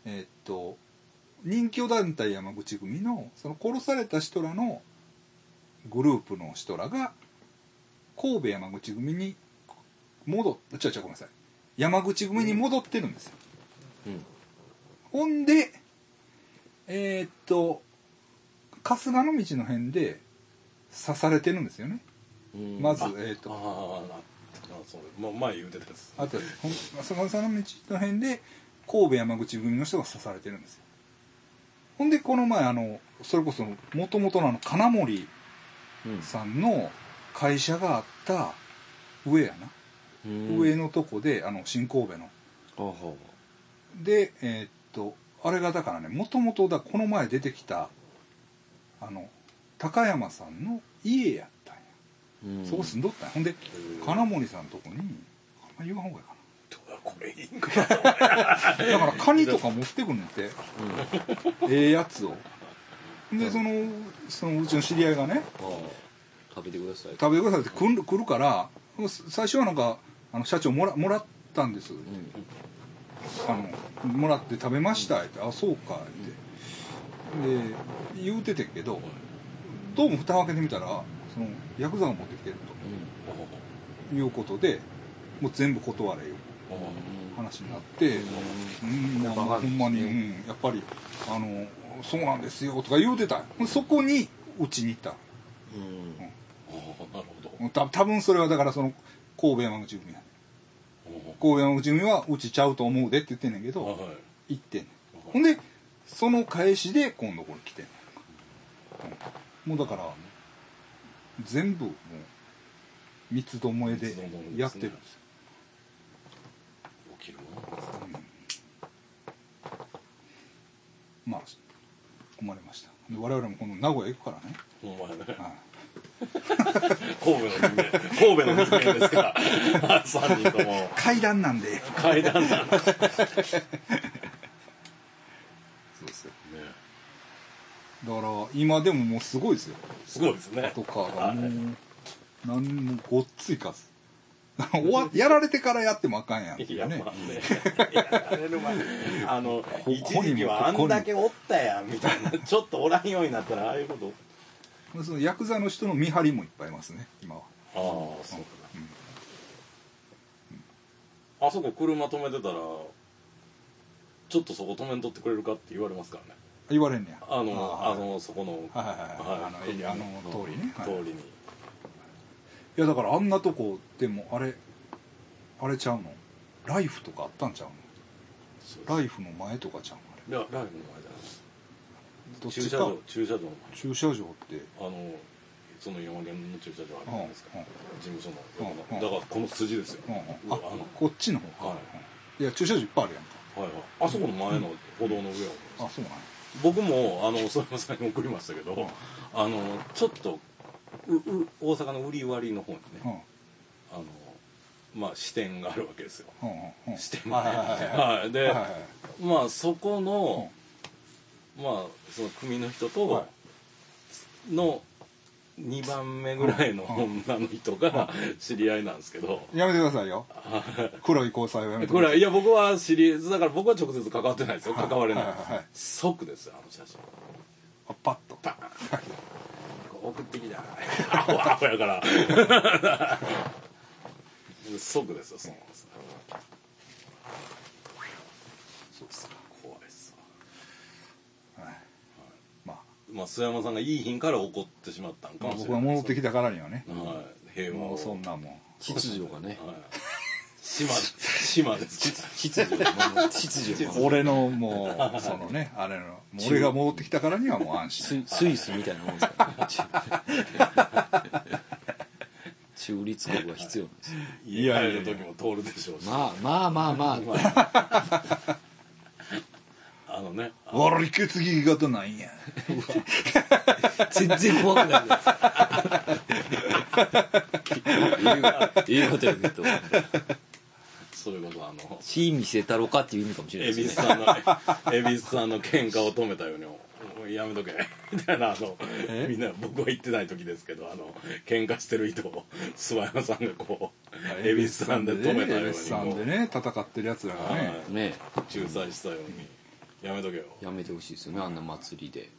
えーっと任教団体山口組のその殺された人らのグループの人らが神戸山口組に戻っ違う違うごめんなさい山口組に戻ってるんですようんほんで、えーっと、春日の道の辺で刺されてるんですよね。うんまず、えーっあと、あああそれ、ま、前言うてたやつあと、ほん春日の道の辺で神戸山口組の人が刺されてるんですよ。ほんで、この前、あの、それこそ、もともとのあの、金森うんさんの会社があった上やな。うん上のとこで、あの、新神戸の。あはでえーっとあれがだからねもともとだこの前出てきたあの高山さんの家やったんや、うんそこ住んどったんやほんで金森さんのとこにあんま言わん方がいいかこれいいんかなだからカニとか持ってくんねんてうんあええやつをでそのそのうちの知り合いがねー食べてください食べてくださいって来る来るから最初はなんかあの社長もらもらったんですうんあのもらって食べましたって「あそうか」ってで言うててんけどどうも蓋を開けてみたらそのヤクザが持ってきてるということでもう全部断れよ話になってうんまあバカほんまに、ですうん、やっぱりあの「そうなんですよ」とか言うてたんよそこにうちに行ったうんうんああなるほどた多分それはだからその神戸山口組や神戸山口組はうちちゃうと思うでって言ってんねんけどはい行ってんねんほんでその返しで今度これ来てんねん、うんもうだから全部もう三つどもえで三つどもえですねやってるんですよ起きるなまあ困りましたで我々も今度名古屋行くからね、ほんまやねはい神戸の人間神戸の人間ですから三人とも階段なんで階段なんだねそうですよだから今でももうすごいですよすごいですねとかがもう何もごっつい数 終わやられてからやってもあかんやんっていいうやまあねねやられる前に あの一時期はあんだけおったやんみたいなちょっとおらんようになったらああいうことそのヤクザの人の見張りもいっぱいいますね今はああそうかあそこ車止めてたらちょっとそこ止めんとってくれるかって言われますからね言われんねやあのあはいのそこのはいはいはいあのエリアあの通りね、はい、通りにいやだからあんなとこでもあれあれちゃうのライフとかあったんちゃうのライフの前とかちゃうのあれいやライブの前じゃどなっい駐ち車か場駐車場の駐車場って前あのその山県の駐車場あるじゃないですかうんうん事務所うんのうん横のだからこの筋ですようんうんうあわあのこっちの方か、はいいや駐車場いっぱいあるやんかはいはいあそこの前の歩道の上をあそうなんや僕もあのそれも最に送りましたけど、あのちょっとうう大阪の売り割りの方にね、うあのまあ支店があるわけですよんうんうんうん支店はいはいははいで、いはいはいはいまあそこの、まあその組の人と、はの2番目ぐらいの女の人が知り合いなんですけど、やめてください よ黒い交際はやめてこくだされはいいや僕は知りだから僕は直接関わってないですよ関われないはいはいはい即ですよあの写真あパッとパー ン 送ってきたアホアホやから 即ですよそうなんですそうですか怖いっすわはいまあまあ須山さんがいい品から怒ってしまったんかまあもし僕れがない戻ってきたからにはねはい平和もをうそんなもん秩序がねはい島島です秩序が守る秩序が守る俺のもうそのねあれのもう俺が戻ってきたからにはもう安心スイスイスみたいなもんですから、 中立国が必要なんですよい家やいやい帰やる時も通るでしょうしまあまあまあまあ、あのねあ俺血液型なん や全然怖くないじゃないですか いうことやけどそれこそあの火見せたろかっていう意味かもしれない恵で比寿すね さんの恵比寿さんの喧嘩を止めたようにおいやめとけみたいなあのえみんな僕は言ってない時ですけどあの喧嘩してる人を諏訪山さんがこう恵比寿さんで止めたよう恵に比寿さんこでね戦ってるやつらうがねはねい仲裁したようにやめとけよやめてほしいですよねあんな祭りで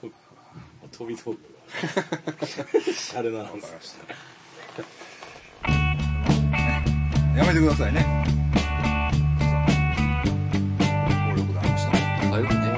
と飛び道具 がシャレならんすやめてくださいねありがとうございました早くね